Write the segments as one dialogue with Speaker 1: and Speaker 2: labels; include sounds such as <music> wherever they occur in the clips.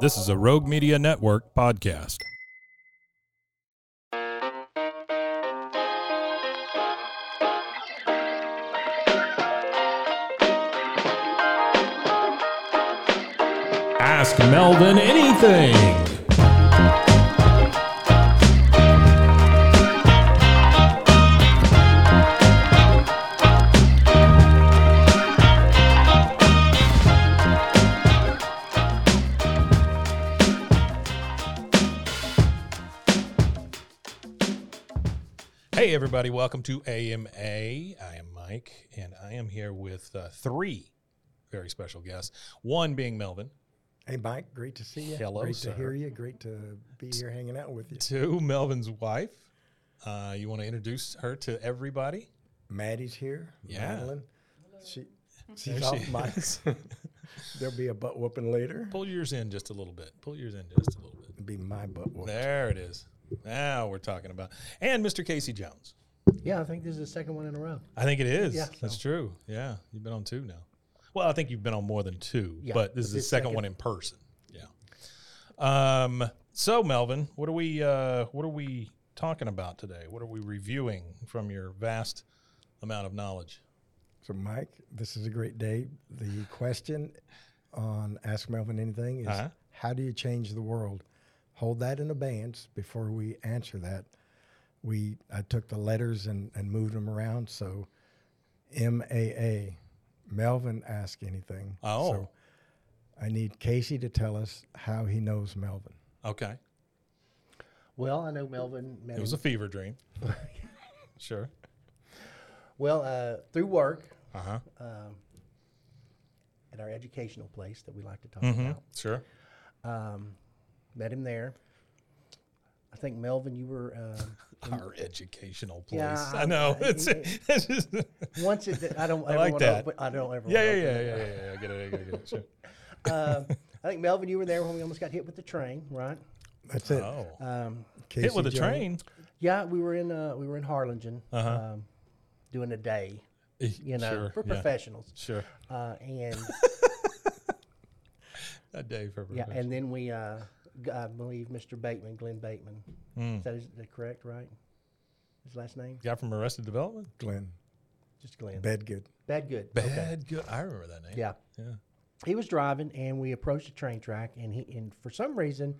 Speaker 1: This is a Rogue Media Network podcast. Ask Melvin anything. Hey, everybody, welcome to AMA. I am Mike, and I am here with uh, three very special guests. One being Melvin,
Speaker 2: Hey, Mike, great to see you.
Speaker 1: Hello,
Speaker 2: great
Speaker 1: sir.
Speaker 2: to hear you. Great to be here hanging out with you.
Speaker 1: two, Melvin's wife. Uh, you want to introduce her to everybody?
Speaker 2: Maddie's here.
Speaker 1: Yeah.
Speaker 2: Madeline. She, she's
Speaker 1: There she
Speaker 2: off mic.
Speaker 1: is.
Speaker 2: <laughs> There'll be a butt whooping later.
Speaker 1: Pull yours in just a little bit. Pull yours in just a little bit.
Speaker 2: It'll be my butt whoop.
Speaker 1: There it is. Now we're talking about. And Mr. Casey Jones.
Speaker 3: Yeah, I think this is the second one in a row.
Speaker 1: I think it is.
Speaker 3: Yeah,
Speaker 1: That's true. Yeah. You've been on two now. Well, I think you've been on more than two,
Speaker 3: Yeah,
Speaker 1: but this
Speaker 3: but
Speaker 1: is the
Speaker 3: this
Speaker 1: second,
Speaker 3: second-
Speaker 1: one in person. Yeah. Um, so Melvin, what are we uh what are we talking about today? What are we reviewing from your vast amount of knowledge?
Speaker 2: So, Mike, this is a great day. The question on Ask Melvin Anything is
Speaker 1: Uh-huh.
Speaker 2: how do you change the world? Hold that in abeyance before we answer that. We I took the letters and, and moved them around. So, M A A, Melvin Ask Anything.
Speaker 1: Oh.
Speaker 2: So I need Casey to tell us how he knows Melvin.
Speaker 1: Okay.
Speaker 3: Well, I know Melvin. Met
Speaker 1: It was a
Speaker 3: him.
Speaker 1: fever
Speaker 3: <laughs>
Speaker 1: dream. sure.
Speaker 3: well, uh, through work
Speaker 1: Uh-huh.
Speaker 3: um, at our educational place that we like to talk
Speaker 1: hmm
Speaker 3: about,
Speaker 1: Sure.
Speaker 3: um, met him there. I think Melvin, you were um
Speaker 1: Our educational place.
Speaker 3: Yeah,
Speaker 1: I know.
Speaker 3: I-
Speaker 1: It's, it's just, yeah,
Speaker 3: once it. I don't.
Speaker 1: <laughs> I
Speaker 3: ever
Speaker 1: like
Speaker 3: wanna
Speaker 1: that.
Speaker 3: Open, I don't
Speaker 1: <laughs>
Speaker 3: ever.
Speaker 1: yeah, yeah,
Speaker 3: wanna
Speaker 1: yeah,
Speaker 3: open
Speaker 1: yeah,
Speaker 3: it.
Speaker 1: yeah. I get it. I get it. I get it.
Speaker 3: <laughs>
Speaker 1: Sure.
Speaker 3: Um, I think Melvin, you were there when we almost got hit with the train, right?
Speaker 2: That's it.
Speaker 1: Oh,
Speaker 3: Um,
Speaker 2: Casey
Speaker 1: hit with a
Speaker 2: Jones.
Speaker 1: train.
Speaker 3: yeah, we were in uh, we were in Harlingen
Speaker 1: Uh-huh.
Speaker 3: um, doing a day, eh, you know,
Speaker 1: <laughs> Sure,
Speaker 3: for
Speaker 1: yeah.
Speaker 3: professionals,
Speaker 1: Sure.
Speaker 3: uh, and.
Speaker 1: A day for
Speaker 3: Yeah,
Speaker 1: professional.
Speaker 3: and then we, uh, g- I believe Mr. Bateman, Glenn Bateman. Is that, is that correct, right? His last name?
Speaker 1: Guy from Arrested Development.
Speaker 2: Glenn
Speaker 3: Just Glenn.
Speaker 2: Bedgood.
Speaker 3: Badgood.
Speaker 1: Bad good. I remember that name.
Speaker 3: Yeah.
Speaker 1: Yeah.
Speaker 3: He was driving and we approached the train track and he, and for some reason,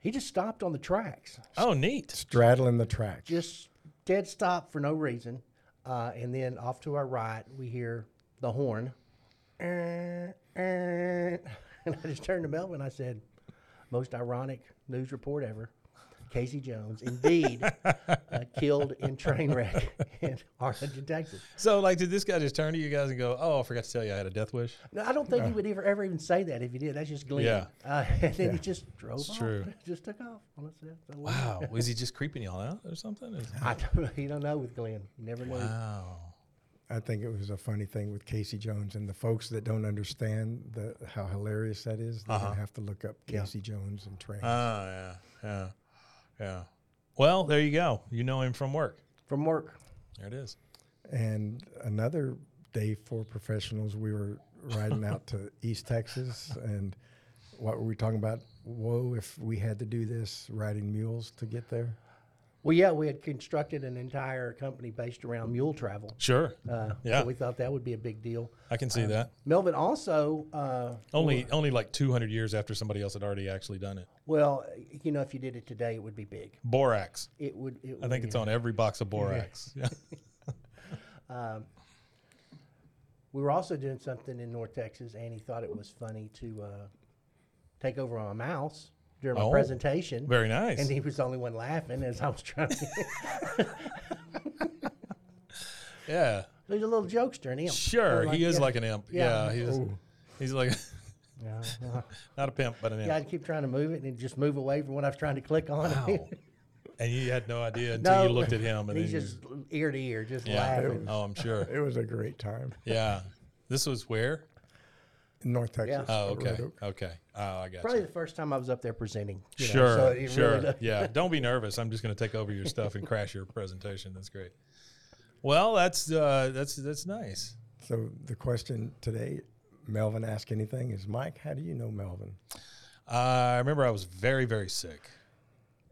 Speaker 3: he just stopped on the tracks.
Speaker 1: Oh, neat.
Speaker 2: Straddling the track.
Speaker 3: Just dead stop for no reason. Uh, and then off to our right, we hear the horn. And <laughs> I just turned to Melvin. I said, most ironic news report ever. Casey Jones, indeed, uh, killed in train wreck <laughs> in Arlington, Texas.
Speaker 1: So, like, did this guy just turn to you guys and go, "Oh, I forgot to tell you, I had a death wish."
Speaker 3: No, I don't think he would ever, ever even say that if he did. That's just Glenn.
Speaker 1: Uh. Yeah.
Speaker 3: Uh, <laughs> and then he just drove
Speaker 1: It's
Speaker 3: off.
Speaker 1: true.
Speaker 3: <laughs> Just took off. Honestly, I don't know.
Speaker 1: <laughs> Wow. Was he just creeping y'all out or something? Is-
Speaker 3: I don't, you don't know <laughs> with Glenn. You never know.
Speaker 1: Wow.
Speaker 2: I think it was a funny thing with Casey Jones and the folks that don't understand the how hilarious that is. They're
Speaker 1: Uh-huh.
Speaker 2: gonna have to look up Casey Jones and train.
Speaker 1: Oh yeah, yeah, yeah. Well, there you go. You know him from work.
Speaker 3: From work.
Speaker 1: There it is.
Speaker 2: and another day for professionals, we were riding out
Speaker 1: <laughs>
Speaker 2: to East Texas, and what were we talking about? Whoa, if we had to do this, riding mules to get there.
Speaker 3: Well, yeah, we had constructed an entire company based around mule travel.
Speaker 1: Sure.
Speaker 3: Uh,
Speaker 1: Yeah.
Speaker 3: So we Uh, thought that would be a big deal.
Speaker 1: I can see that.
Speaker 3: Melvin also, uh,
Speaker 1: Only, only like 200 years after somebody else had already actually done it.
Speaker 3: well, you know, if you did it today, it would be big.
Speaker 1: Borax.
Speaker 3: It would. It would
Speaker 1: I think
Speaker 3: be-
Speaker 1: it's on every box of
Speaker 3: <laughs>
Speaker 1: borax. Yeah.
Speaker 3: We were also doing something in North Texas, and he thought it was funny to uh, take over on a mouse during my
Speaker 1: Oh,
Speaker 3: presentation.
Speaker 1: Very nice.
Speaker 3: And he was the only one laughing as I was trying to. <laughs>
Speaker 1: yeah.
Speaker 3: He's a little jokester, and him.
Speaker 1: Sure.
Speaker 3: Like,
Speaker 1: he is
Speaker 3: yeah.
Speaker 1: like an imp. Yeah.
Speaker 3: Yeah.
Speaker 1: he's, he's like, <laughs>
Speaker 3: Yeah. well,
Speaker 1: Not a pimp, but an
Speaker 3: yeah,
Speaker 1: imp.
Speaker 3: I'd keep trying to move it and it'd just move away from what I was trying to click on. <laughs>
Speaker 1: Wow. and you had no idea until you looked at him, and
Speaker 3: he's
Speaker 1: then you-
Speaker 3: just ear to ear, just
Speaker 1: yeah.
Speaker 3: laughing.
Speaker 1: Oh, I'm sure.
Speaker 2: It was a great time
Speaker 1: Yeah. This was where?
Speaker 2: in North Texas.
Speaker 1: Oh,
Speaker 2: Red
Speaker 1: okay.
Speaker 2: Oak.
Speaker 1: Okay. Oh, I got
Speaker 3: Probably
Speaker 1: you.
Speaker 3: the first time I was up there presenting. you know,
Speaker 1: Sure.
Speaker 3: so it really
Speaker 1: sure.
Speaker 3: does-
Speaker 1: yeah. Don't be nervous. I'm just going to take over your stuff and crash your presentation. That's great. Well, that's uh, that's that's nice.
Speaker 2: So the question today, Melvin asked anything is Mike, how do you know Melvin?
Speaker 1: I remember I was very, very sick,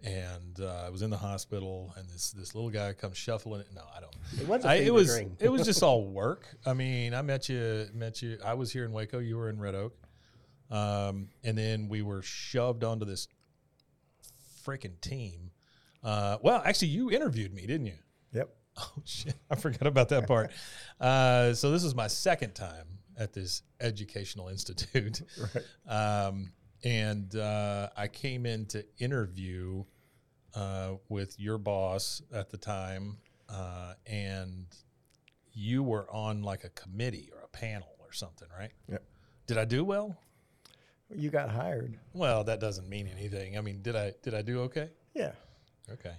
Speaker 1: and uh, I was in the hospital. And this this little guy comes shuffling. No, I don't.
Speaker 3: It was a
Speaker 1: I, it
Speaker 3: fever
Speaker 1: was
Speaker 3: dream.
Speaker 1: it was just all work. I mean, I met you met you. I was here in Waco. You were in Red Oak, um, and then we were shoved onto this freaking team. Uh, well, actually, you interviewed me, didn't you?
Speaker 2: Yep.
Speaker 1: <laughs> Oh shit, I forgot about that part. Uh, so this is my second time at this educational institute, um, and uh, I came in to interview uh, with your boss at the time, uh, and you were on like a committee or a panel or something, right?
Speaker 2: Yep.
Speaker 1: Did I do well?
Speaker 2: You got hired.
Speaker 1: Well, that doesn't mean anything. I mean, did I did I do okay?
Speaker 2: Yeah.
Speaker 1: Okay.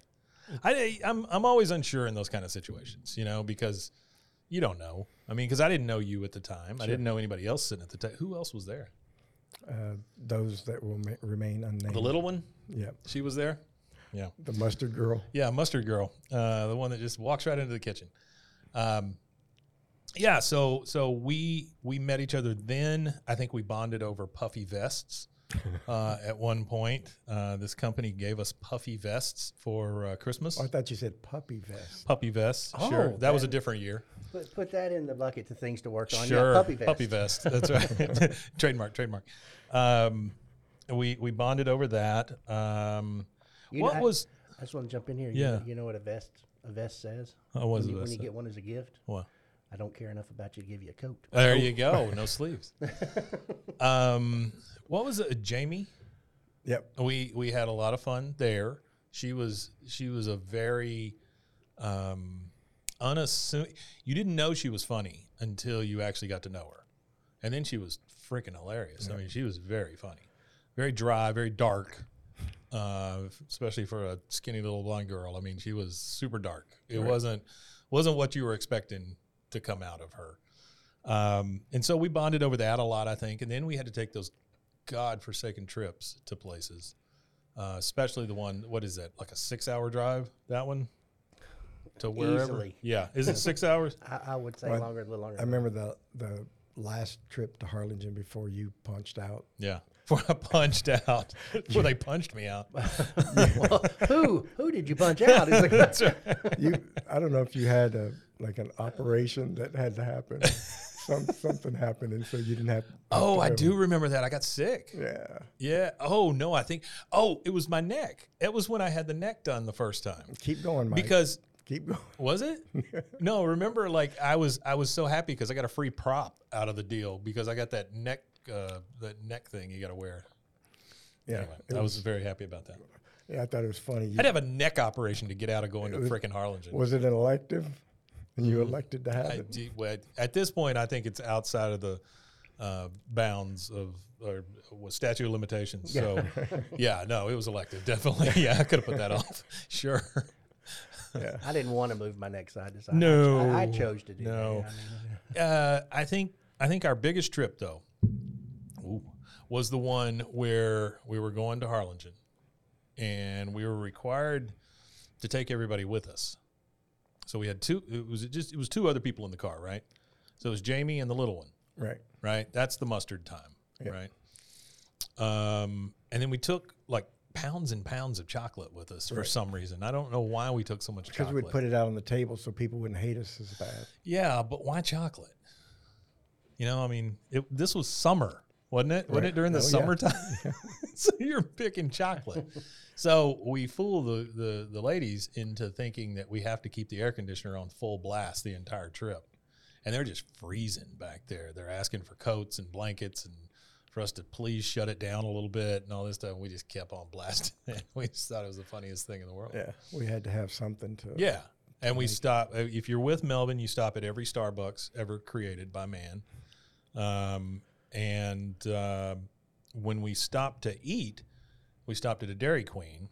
Speaker 1: I, I'm I'm always unsure in those kind of situations, you know, because you don't know. I mean, because I didn't know you at the time. I didn't know anybody else sitting at the table. Who else was there?
Speaker 2: Uh, those that will ma- remain unnamed.
Speaker 1: The little one.
Speaker 2: Yep.
Speaker 1: She was there. Yeah.
Speaker 2: The mustard girl.
Speaker 1: Yeah, mustard girl, uh, the one that just walks right into the kitchen. Um, yeah, so so we we met each other then. I think we bonded over puffy vests <laughs> uh, at one point. Uh, this company gave us puffy vests for uh, Christmas.
Speaker 2: Oh, I thought you said puppy vest.
Speaker 1: Puppy vests. sure,
Speaker 3: Oh,
Speaker 1: that was a
Speaker 3: that-
Speaker 1: different year.
Speaker 3: Put, put that in the bucket to things to work on.
Speaker 1: Sure,
Speaker 3: Yeah, puppy vest.
Speaker 1: vest. That's right. <laughs> trademark, trademark. Um, we we bonded over that. Um,
Speaker 3: You know,
Speaker 1: what
Speaker 3: I-
Speaker 1: was
Speaker 3: I just want to jump in here. You,
Speaker 1: Yeah.
Speaker 3: know, you know what a vest a vest says?
Speaker 1: Oh, what
Speaker 3: when
Speaker 1: does a
Speaker 3: you,
Speaker 1: vest
Speaker 3: when you
Speaker 1: say?
Speaker 3: get one as a gift.
Speaker 1: what?
Speaker 3: I don't care enough about you to give you a coat.
Speaker 1: There you
Speaker 3: Oh.
Speaker 1: go. No
Speaker 3: <laughs>
Speaker 1: sleeves. um, what was it? Jamie?
Speaker 2: Yep.
Speaker 1: We we had a lot of fun there. She was she was a very um, unassuming. You didn't know she was funny until you actually got to know her, and then she was freaking hilarious. I mean, she was very funny, very dry, very dark. Uh, especially for a skinny little blonde girl. I mean, she was super dark. It wasn't wasn't what you were expecting to come out of her. Um, and so we bonded over that a lot, I think. And then we had to take those godforsaken trips to places, uh, especially the one, what is that, like a six hour drive? That one? To wherever?
Speaker 3: Easily.
Speaker 1: Yeah. Is it six <laughs> hours?
Speaker 3: I, I would say
Speaker 2: Well,
Speaker 3: longer, a little longer.
Speaker 2: I remember the the last trip to Harlingen before you punched out.
Speaker 1: Yeah. <laughs> Before I punched out, before they punched me out.
Speaker 2: <laughs>
Speaker 3: who who did you punch out? It's like,
Speaker 2: You I don't know if you had a like an operation that had
Speaker 1: <laughs>
Speaker 2: to happen. Some something happened and so you didn't have
Speaker 1: Oh, I do remember that. I got sick.
Speaker 2: Yeah.
Speaker 1: Yeah. Oh, no, I think, oh, it was my neck. It was when I had the neck done the first time.
Speaker 2: Keep going, Mike.
Speaker 1: Because
Speaker 2: keep going.
Speaker 1: Was
Speaker 2: <laughs>
Speaker 1: it? no, remember, like I was, I was so happy because I got a free prop out of the deal because I got that neck, uh, that neck thing you got to wear.
Speaker 2: Yeah.
Speaker 1: Anyway,
Speaker 2: it
Speaker 1: I
Speaker 2: was-
Speaker 1: was very happy about that.
Speaker 2: yeah, I thought it was funny. You,
Speaker 1: I'd have a neck operation to get out of going to frickin' Harlingen.
Speaker 2: was it an elective? And you elected to have
Speaker 1: I
Speaker 2: it?
Speaker 1: do- well, at this point, I think it's outside of the uh, bounds of or well, statute of limitations. So, yeah, <laughs> no, it was elective, <laughs> definitely. Yeah, I could have put that off. <laughs> Sure.
Speaker 3: <laughs> I didn't want to move my neck side to side. I-
Speaker 1: No.
Speaker 3: I, I chose to do
Speaker 1: No.
Speaker 3: that. I mean,
Speaker 1: Uh, I think I think our biggest trip though ooh, was the one where we were going to Harlingen, and we were required to take everybody with us. So we had two. It was just it was two other people in the car, right? So it was Jamie and the little one,
Speaker 2: Right.
Speaker 1: right? That's the mustard time, right? Um, and then we took like pounds and pounds of chocolate with us for some reason. I don't know why we took so much
Speaker 2: Because
Speaker 1: chocolate.
Speaker 2: we'd put it out on the table so people wouldn't hate us as bad.
Speaker 1: Yeah, but why chocolate? You know, I mean, it, this was summer, wasn't it? Wasn't it during the
Speaker 2: Oh, yeah.
Speaker 1: summertime? <laughs> so you're picking chocolate. so we fool the, the the ladies into thinking that we have to keep the air conditioner on full blast the entire trip, and they're just freezing back there. They're asking for coats and blankets and for us to please shut it down a little bit and all this stuff. We just kept on blasting it. <laughs> We just thought it was the funniest thing in the world.
Speaker 2: Yeah. We had to have something to
Speaker 1: Yeah. And we stop. uh, If you're with Melvin, you stop at every Starbucks ever created by man. Um, And uh, when we stopped to eat, we stopped at a Dairy Queen,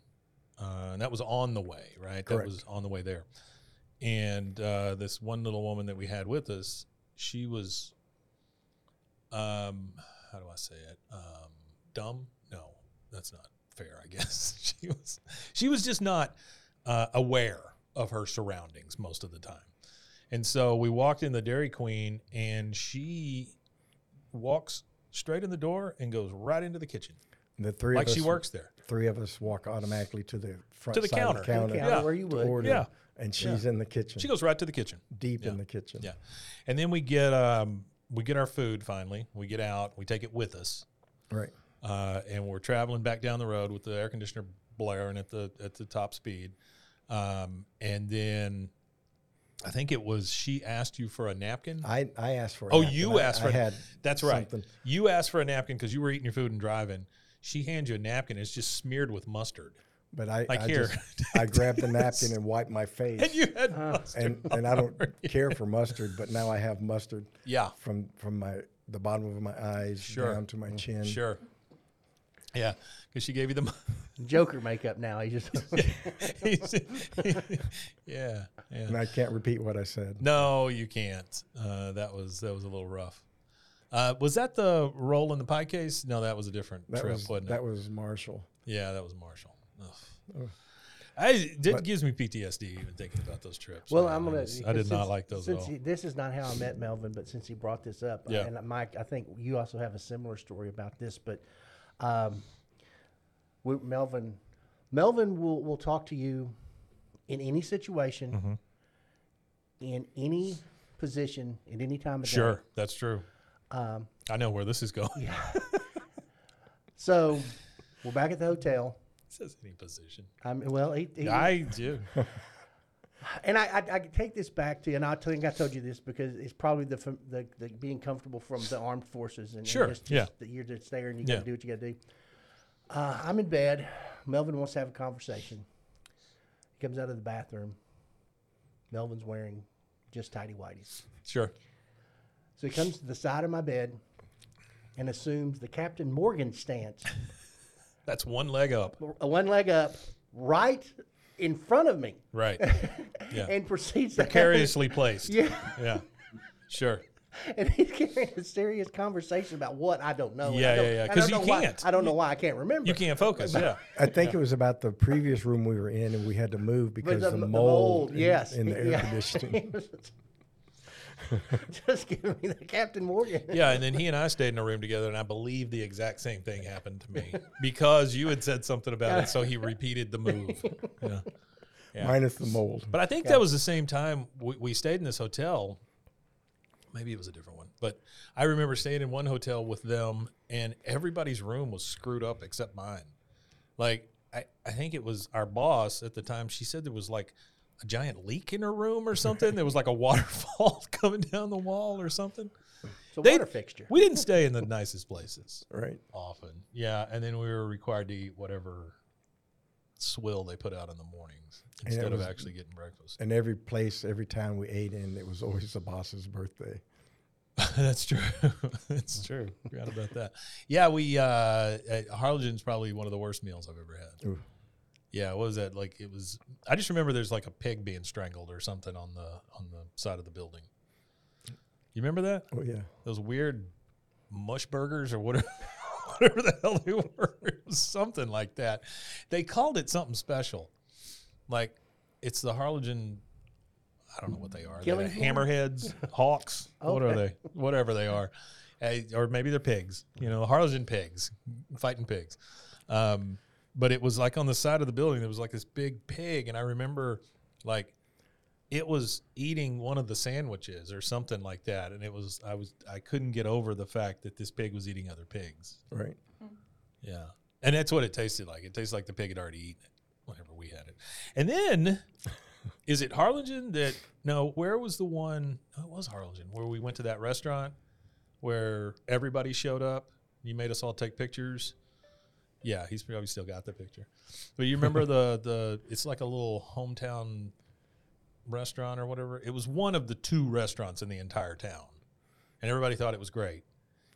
Speaker 1: uh, and that was on the way, right? That
Speaker 2: Correct.
Speaker 1: was on the way there. And uh, this one little woman that we had with us, she was, um, how do I say it? Um, dumb? No, that's not fair. I guess <laughs> she was. She was just not uh, aware of her surroundings most of the time. And so we walked in the Dairy Queen, and she walks straight in the door and goes right into the kitchen,
Speaker 2: The three
Speaker 1: like
Speaker 2: of us,
Speaker 1: she works there.
Speaker 2: Three of us walk automatically to the front
Speaker 1: To the
Speaker 2: side
Speaker 1: counter.
Speaker 2: Of
Speaker 1: To the
Speaker 2: the counter,
Speaker 3: counter
Speaker 1: Yeah.
Speaker 3: where you
Speaker 2: to
Speaker 3: would.
Speaker 2: order,
Speaker 1: Yeah.
Speaker 2: and she's in the kitchen,
Speaker 1: She goes right to the kitchen.
Speaker 2: deep in the kitchen.
Speaker 1: Yeah, and then we get um, we get our food finally. We get out. We take it with us,
Speaker 2: Right.
Speaker 1: uh, and we're traveling back down the road with the air conditioner blaring at the at the top speed. Um, and then I think it was she asked you for a napkin.
Speaker 2: I, I asked for. a
Speaker 1: Oh,
Speaker 2: napkin.
Speaker 1: you
Speaker 2: I-
Speaker 1: asked for
Speaker 2: I
Speaker 1: a-
Speaker 2: had.
Speaker 1: That's right.
Speaker 2: something.
Speaker 1: You asked for a napkin because you were eating your food and driving. She hands you a napkin. It's just smeared with mustard, <laughs>
Speaker 2: But I
Speaker 1: Like
Speaker 2: I,
Speaker 1: here.
Speaker 2: just- I grabbed the napkin and wiped my
Speaker 1: and
Speaker 2: face,
Speaker 1: you had mustard.
Speaker 2: and and I don't care for mustard, but now I have mustard
Speaker 1: yeah,
Speaker 2: from from my the bottom of my eyes
Speaker 1: Sure. Mm-hmm.
Speaker 2: down to my chin.
Speaker 1: sure. Yeah, because she gave you the. mu-
Speaker 3: Joker makeup now. He just
Speaker 1: <laughs> yeah, yeah.
Speaker 2: And I can't repeat what I said.
Speaker 1: No, you can't. Uh, that was that was a little rough. Uh, was that the roll in the pie case? No, that was a different
Speaker 2: That
Speaker 1: trip,
Speaker 2: was
Speaker 1: wasn't it?
Speaker 2: that was Marshall.
Speaker 1: yeah, that was Marshall. Ugh. I that gives me PTSD even thinking about those trips.
Speaker 3: Well,
Speaker 1: man.
Speaker 3: I'm
Speaker 1: I
Speaker 3: gonna.
Speaker 1: just- I did not
Speaker 3: since-
Speaker 1: like those at
Speaker 3: Since
Speaker 1: all.
Speaker 3: you- this is not how I met Melvin, but since he brought this up, uh,
Speaker 1: Yeah.
Speaker 3: and Mike, I think you also have a similar story about this. But um, we, Melvin, Melvin will will talk to you in any situation,
Speaker 1: Mm-hmm.
Speaker 3: in any position, at any time of day.
Speaker 1: Sure, that's true.
Speaker 3: um,
Speaker 1: I know where this is going. <laughs>
Speaker 3: So we're back at the hotel.
Speaker 1: It says any position.
Speaker 3: I'm well. He, he,
Speaker 1: I
Speaker 3: <laughs>
Speaker 1: do.
Speaker 3: And I, I, I take this back to, and I think I told you this because it's probably the fam- the, the being comfortable from the armed forces and and
Speaker 1: Sure,
Speaker 3: just, just
Speaker 1: yeah.
Speaker 3: that you're just there and you
Speaker 1: Yeah.
Speaker 3: gotta do what you gotta do. Uh, I'm in bed. Melvin wants to have a conversation. He comes out of the bathroom. Melvin's wearing just tidy whities,
Speaker 1: Sure.
Speaker 3: so he comes to the side of my bed and assumes the Captain Morgan stance, <laughs>
Speaker 1: That's one leg up.
Speaker 3: one leg up, right in front of me, <laughs>
Speaker 1: Right. Yeah.
Speaker 3: and proceeds to have a-
Speaker 1: Precariously placed.
Speaker 3: Yeah.
Speaker 1: Yeah. Sure.
Speaker 3: <laughs> and he's carrying a serious conversation about what I don't know. and
Speaker 1: Yeah,
Speaker 3: I don't,
Speaker 1: yeah, yeah,
Speaker 3: and I
Speaker 1: 'cause
Speaker 3: don't
Speaker 1: you
Speaker 3: know why-
Speaker 1: can't.
Speaker 3: I don't know why I can't remember.
Speaker 1: You can't focus. Yeah.
Speaker 2: I think it was about the previous room we were in, and we had to move because the,
Speaker 3: the
Speaker 2: mold, in,
Speaker 3: yes,
Speaker 2: in the air
Speaker 3: yeah. <laughs>
Speaker 2: conditioning.
Speaker 3: Just give me the Captain Morgan.
Speaker 1: Yeah, and then he and I stayed in a room together, and I believe the exact same thing happened to me because you had said something about it, so he repeated the move. Yeah. Yeah.
Speaker 2: Minus the mold.
Speaker 1: But I think that was the same time we, we stayed in this hotel. Maybe it was a different one, but I remember staying in one hotel with them, and everybody's room was screwed up except mine. Like, I, I think it was our boss at the time. She said there was like a giant leak in her room or something. There was like a <laughs> waterfall coming down the wall or something.
Speaker 3: It's a
Speaker 1: They-
Speaker 3: water fixture.
Speaker 1: We didn't stay in the nicest places
Speaker 2: Right.
Speaker 1: often. Yeah, and then we were required to eat whatever swill they put out in the mornings
Speaker 2: it
Speaker 1: instead of
Speaker 2: was-
Speaker 1: actually getting breakfast.
Speaker 2: And every place, every town we ate in, it was always the boss's birthday.
Speaker 1: <laughs> That's true. That's true. Forgot about that. Yeah, we uh at Harlingen probably one of the worst meals I've ever had.
Speaker 2: Oof.
Speaker 1: Yeah, what was that? Like it was I just remember there's like a pig being strangled or something on the on the side of the building. You remember that?
Speaker 2: Oh yeah.
Speaker 1: those weird mush burgers or whatever, <laughs> whatever the hell they were, <laughs> It was something like that. They called it something special, like it's the Harlingen. I don't know what they are. They're
Speaker 3: Killing floor?
Speaker 1: hammerheads, hawks. What are they? Whatever they are, Eh, or maybe they're pigs. You know, Harlingen pigs, fighting pigs. Um, but it was like on the side of the building. There was like this big pig, and I remember like it was eating one of the sandwiches or something like that and it was i was i couldn't get over the fact that this pig was eating other pigs
Speaker 2: Right.
Speaker 1: yeah and that's what it tasted like it tasted like the pig had already eaten it whenever we had it and then is it harlingen that no where was the one oh, it was harlingen where we went to that restaurant where everybody showed up you made us all take pictures yeah he's probably still got the picture but you remember the the it's like a little hometown restaurant or whatever. It was one of the two restaurants in the entire town, and everybody thought it was great.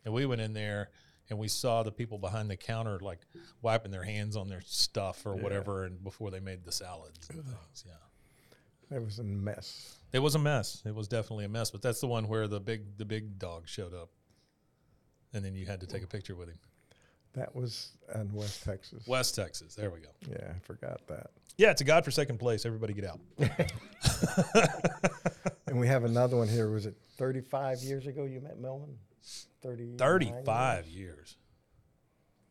Speaker 1: And we went in there and we saw the people behind the counter like wiping their hands on their stuff or whatever, and before they made the salads and things. Yeah.
Speaker 2: It was a mess.
Speaker 1: It was a mess. It was definitely a mess. But that's the one where the big the big dog showed up, and then you had to take a picture with him.
Speaker 2: That was in West Texas.
Speaker 1: West Texas. There we go.
Speaker 2: Yeah, I forgot that.
Speaker 1: Yeah, it's a godforsaken place. Everybody get out.
Speaker 2: And we have another one here. Was it 35 years ago you met Melvin? 30.
Speaker 1: Thirty-five years.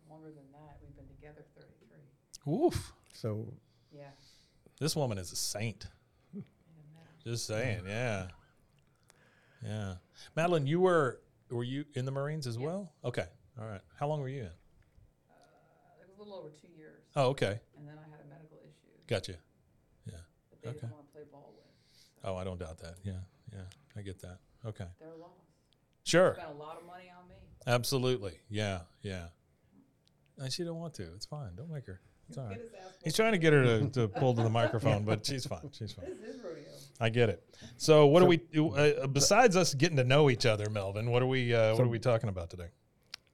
Speaker 4: Longer than that, we've been together thirty-three.
Speaker 1: Oof.
Speaker 2: So
Speaker 4: Yeah.
Speaker 1: This woman is a saint. Just saying. Yeah. Yeah. Madeline, you were were you in the Marines as well? Okay. All right. How long were you in?
Speaker 4: Uh, It was a little over two years,
Speaker 1: Oh, okay.
Speaker 4: and then I had a medical issue
Speaker 1: Gotcha.
Speaker 4: that they
Speaker 1: Okay.
Speaker 4: didn't want to play ball with.
Speaker 1: Oh, I don't doubt that. Yeah. Yeah. I get that. Okay.
Speaker 4: Their loss.
Speaker 1: Sure.
Speaker 4: Spent a lot of money on me.
Speaker 1: Absolutely. Yeah. Yeah. And she don't want to. It's fine. Don't make her. It's all right.
Speaker 4: Get his ass
Speaker 1: He's trying to get her to, to pull to the microphone, but she's fine. She's fine.
Speaker 4: This is his rodeo.
Speaker 1: I get it. So, what do we do? Uh, besides us getting to know each other, Melvin? What are we? Uh, what are we talking about today?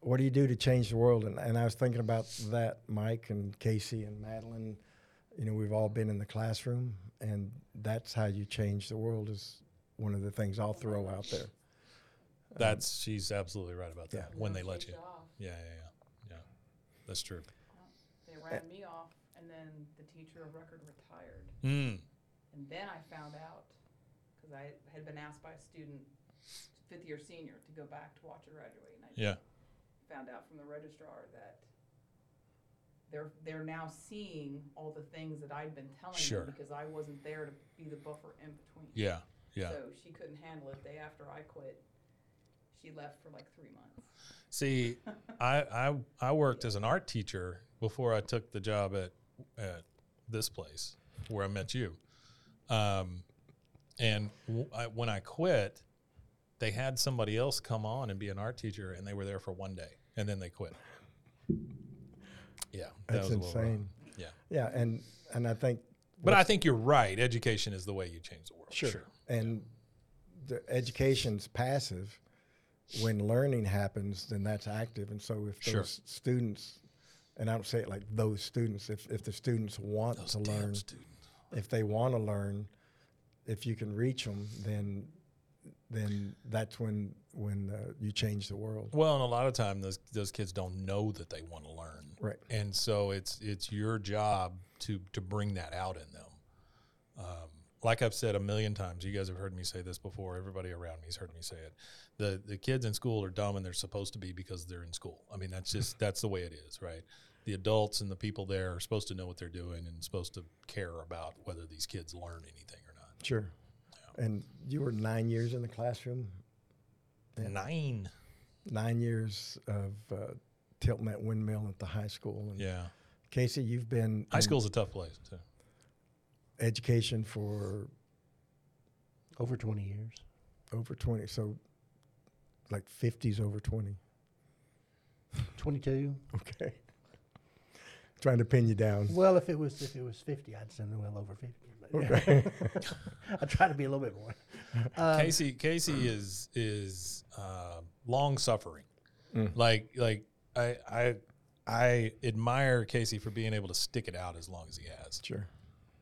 Speaker 2: what do you do to change the world? And, and I was thinking about that, Mike and Casey and Madeline. You know, we've all been in the classroom, and that's how you change the world, is one of the things I'll throw out there. Um,
Speaker 1: That's she's absolutely right about that. When they let you,
Speaker 4: Kicked off.
Speaker 1: yeah, yeah, yeah, yeah. That's true.
Speaker 4: They ran me off, and then the teacher of record retired.
Speaker 1: Mm.
Speaker 4: And then I found out, because I had been asked by a student, fifth year senior, to go back to watch her graduate. And I
Speaker 1: Yeah.
Speaker 4: found out from the registrar that they're, they're now seeing all the things that I'd been telling
Speaker 1: Sure.
Speaker 4: them because I wasn't there to be the buffer in between.
Speaker 1: Yeah. Yeah.
Speaker 4: So she couldn't handle it. Day after I quit, she left for like three months.
Speaker 1: See, I, I I worked as an art teacher before I took the job at at this place where I met you. Um, and w I when I quit, they had somebody else come on and be an art teacher, and they were there for one day, and then they quit. Yeah, that
Speaker 2: That's
Speaker 1: was a little rough.
Speaker 2: insane.
Speaker 1: Yeah,
Speaker 2: Yeah, and, and I think
Speaker 1: but I think you're right. Education is the way you change the world.
Speaker 2: And the education's passive. When learning happens, then that's active. And so if those
Speaker 1: Sure.
Speaker 2: students, and I don't say it like those students, if, if the students want to learn, if they want to learn, if you can reach them, then then that's when when uh, you change the world.
Speaker 1: Well, and a lot of time those those kids don't know that they want to learn.
Speaker 2: Right.
Speaker 1: And so it's it's your job to to bring that out in them. Um, like I've said a million times, you guys have heard me say this before. Everybody around me's heard me say it. The the kids in school are dumb, and they're supposed to be because they're in school. I mean, that's just that's the way it is, right? The adults and the people there are supposed to know what they're doing and supposed to care about whether these kids learn anything or not.
Speaker 2: Sure. And you were nine years in the classroom,
Speaker 1: Nine.
Speaker 2: nine years of uh, tilting that windmill at the high school. And
Speaker 1: Yeah.
Speaker 2: Casey, you've been
Speaker 1: High
Speaker 2: in
Speaker 1: school's a tough place too.
Speaker 2: education for
Speaker 3: Over 20 years.
Speaker 2: over 20 so like 50s over 20
Speaker 3: 22.
Speaker 2: okay <laughs> trying to pin you down
Speaker 3: Well, if it was if it was 50, I'd send them well over 50. But <laughs> I try to be a little bit more. Um,
Speaker 1: Casey Casey is is uh, long suffering. Like like I I I admire Casey for being able to stick it out as long as he has.
Speaker 2: sure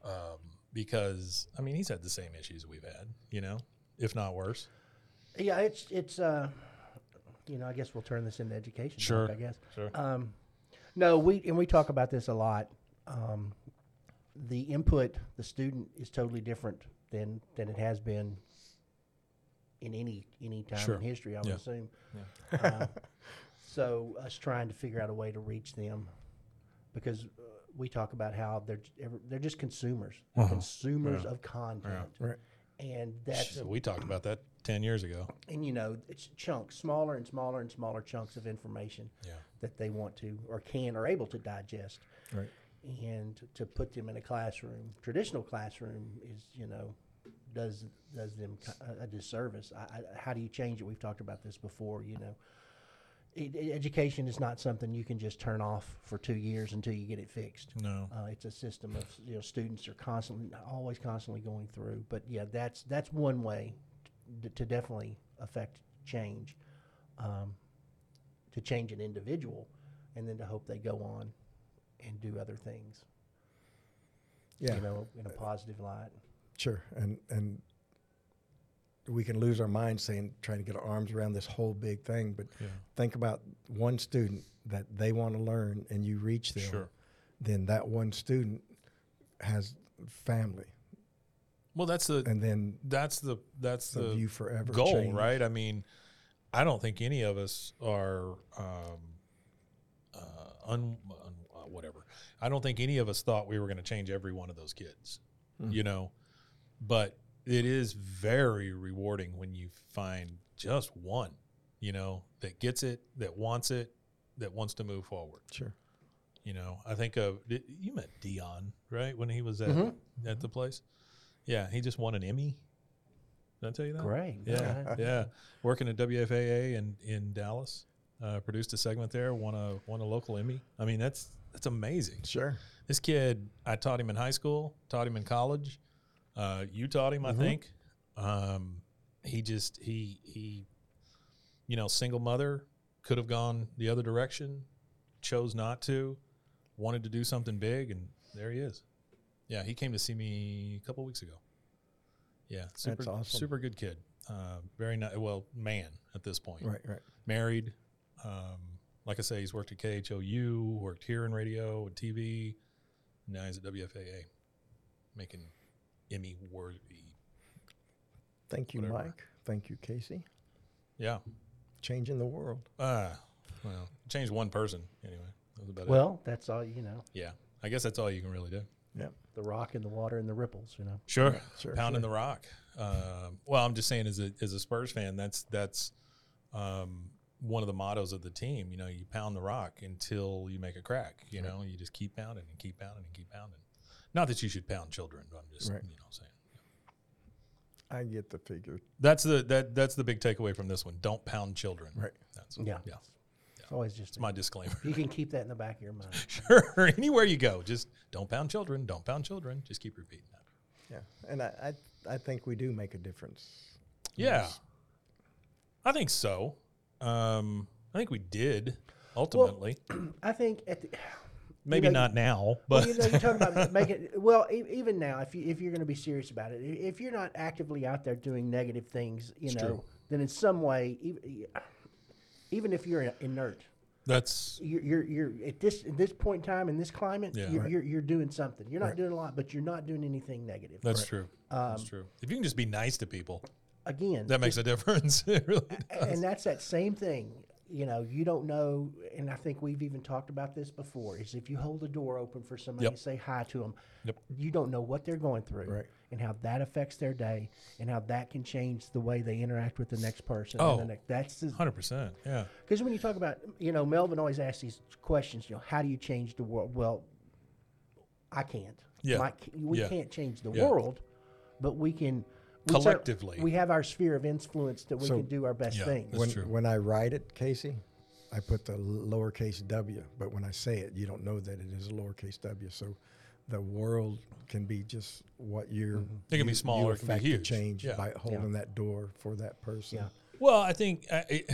Speaker 1: Um, because I mean he's had the same issues we've had, you know, if not worse.
Speaker 3: yeah, it's it's uh, you know, I guess we'll turn this into education. talk,
Speaker 1: Sure.
Speaker 3: I guess.
Speaker 1: Sure.
Speaker 3: Um, no, we and we talk about this a lot. Um, the input the student is totally different than than it has been in any any time
Speaker 1: Sure.
Speaker 3: in history. I would
Speaker 1: Yeah.
Speaker 3: assume.
Speaker 1: <laughs>
Speaker 3: Uh, so us trying to figure out a way to reach them because uh, we talk about how they're j- ever- they're just consumers,
Speaker 1: Uh-huh.
Speaker 3: They're consumers of content,
Speaker 2: Right.
Speaker 3: and that's
Speaker 1: Shit, we talked about that ten years ago.
Speaker 3: and you know it's chunks, smaller and smaller and smaller chunks of information
Speaker 1: Yeah.
Speaker 3: that they want to or can or able to digest
Speaker 2: right
Speaker 3: and to put them in a classroom traditional classroom is you know does does them ki- a- a disservice I, I, how do you change it we've talked about this before you know it, it- education is not something you can just turn off for two years until you get it fixed
Speaker 1: No.
Speaker 3: uh, it's a system of you know students are constantly always constantly going through but yeah that's that's one way to, to definitely affect change um, to change an individual and then to hope they go on and do other things,
Speaker 2: Yeah,
Speaker 3: you know, in a positive light.
Speaker 2: sure. And and we can lose our mind saying trying to get our arms around this whole big thing, but think about one student that they want to learn and you reach them.
Speaker 1: Sure.
Speaker 2: Then that one student has family,
Speaker 1: Well, that's the
Speaker 2: and then
Speaker 1: that's the that's
Speaker 2: the,
Speaker 1: the
Speaker 2: view forever
Speaker 1: goal,
Speaker 2: changes.
Speaker 1: right? I mean, I don't think any of us are um, uh, un, un, uh, whatever. I don't think any of us thought we were going to change every one of those kids, you know. But it is very rewarding when you find just one, you know, that gets it, that wants it, that wants to move forward.
Speaker 2: Sure.
Speaker 1: You know, I think of did- you met Dion right when he was at at the place. Yeah, he just won an Emmy. Did I tell you that?
Speaker 3: Great.
Speaker 1: Yeah,
Speaker 3: Alright.
Speaker 1: yeah. Working at WFAA in in Dallas, uh, produced a segment there. Won a won a local Emmy. I mean, that's that's amazing.
Speaker 2: Sure.
Speaker 1: This kid, I taught him in high school, taught him in college. Uh, you taught him, I think. Um, he just he he, you know, single mother could have gone the other direction, chose not to, wanted to do something big, and there he is. Yeah, he came to see me a couple weeks ago. Yeah, super
Speaker 2: awesome.
Speaker 1: super good kid. Uh, very nice. Well, man, at this point,
Speaker 2: Right. Right.
Speaker 1: married. Um, like I say, he's worked at KHOU, worked here in radio and TV. Now he's at WFAA, making Emmy worthy.
Speaker 2: Thank you,
Speaker 1: Whatever.
Speaker 2: Mike. Thank you, Casey.
Speaker 1: Yeah.
Speaker 2: Changing the world.
Speaker 1: Uh, well, changed one person anyway. That was about it.
Speaker 3: Well, that's all, you know,
Speaker 1: Yeah. I guess that's all you can really do.
Speaker 2: Yeah.
Speaker 3: the rock and the water and the ripples, you know.
Speaker 1: Sure.
Speaker 2: sure,
Speaker 1: Pounding the rock. Um, well, I'm just saying, as a as a Spurs fan, that's that's um, one of the mottos of the team. You know, you pound the rock until you make a crack. You know, you just keep pounding and keep pounding and keep pounding. Not that you should pound children, but I'm just
Speaker 2: Right.
Speaker 1: you know saying
Speaker 2: I get the figure.
Speaker 1: that's the that that's the big takeaway from this one. Don't pound children.
Speaker 2: Right.
Speaker 1: That's
Speaker 3: Yeah.
Speaker 1: Yeah.
Speaker 3: It's always just,
Speaker 1: It's my disclaimer. <laughs>
Speaker 3: you can keep that in the back of your mind.
Speaker 1: <clears throat> sure. Anywhere you go, just don't pound children. Don't pound children. Just keep repeating that.
Speaker 2: Yeah. And I, I, I think we do make a difference.
Speaker 1: Yeah. I think so. Um, I think we did ultimately.
Speaker 3: I think at the,
Speaker 1: Maybe
Speaker 3: know,
Speaker 1: not now, but
Speaker 3: well, you know, you're talking about making well, e- even now, if you if you're going to be serious about it, i- if you're not actively out there doing negative things, you know,
Speaker 1: true.
Speaker 3: then in some way, even, even if you're inert,
Speaker 1: <laughs> that's
Speaker 3: you're, you're you're at this at this point in time in this climate,
Speaker 1: Yeah.
Speaker 3: you're,
Speaker 1: Right.
Speaker 3: you're you're doing something. You're not doing a lot, but you're not doing anything negative.
Speaker 1: that's true. that's true. If you can just be nice to people,
Speaker 3: Again,
Speaker 1: that makes a <laughs> difference. it really <laughs>
Speaker 3: A- and that's that same thing you know you don't know and i think we've even talked about this before is if you hold the door open for somebody
Speaker 1: Yep.
Speaker 3: to say hi to them
Speaker 1: Yep.
Speaker 3: you don't know what they're going through
Speaker 2: Right.
Speaker 3: and how that affects their day and how that can change the way they interact with the next person and
Speaker 1: Oh.
Speaker 3: the next, that's the
Speaker 1: Hundred percent. Yeah.
Speaker 3: because when you talk about you know melvin always asks these questions you know how do you change the world well i can't
Speaker 1: Yeah.
Speaker 3: My, we
Speaker 1: Yeah.
Speaker 3: can't change the
Speaker 1: Yeah.
Speaker 3: world but we can we cer-
Speaker 1: Collectively.
Speaker 3: we have our sphere of influence that we
Speaker 2: So-
Speaker 3: can do our best
Speaker 1: Yeah.
Speaker 3: things
Speaker 1: That's
Speaker 2: when,
Speaker 1: true.
Speaker 2: when I write it, Casey, I put the l- lowercase w, but when I say it, you don't know that it is a lowercase w. So the world can be just what you're.
Speaker 1: It can be
Speaker 2: you- you
Speaker 1: small or it can be
Speaker 2: affect the
Speaker 1: huge.
Speaker 2: Change
Speaker 1: Mm-hmm. Yeah.
Speaker 2: by holding that door for that person.
Speaker 3: Yeah.
Speaker 1: Well, I think I, <sighs> it,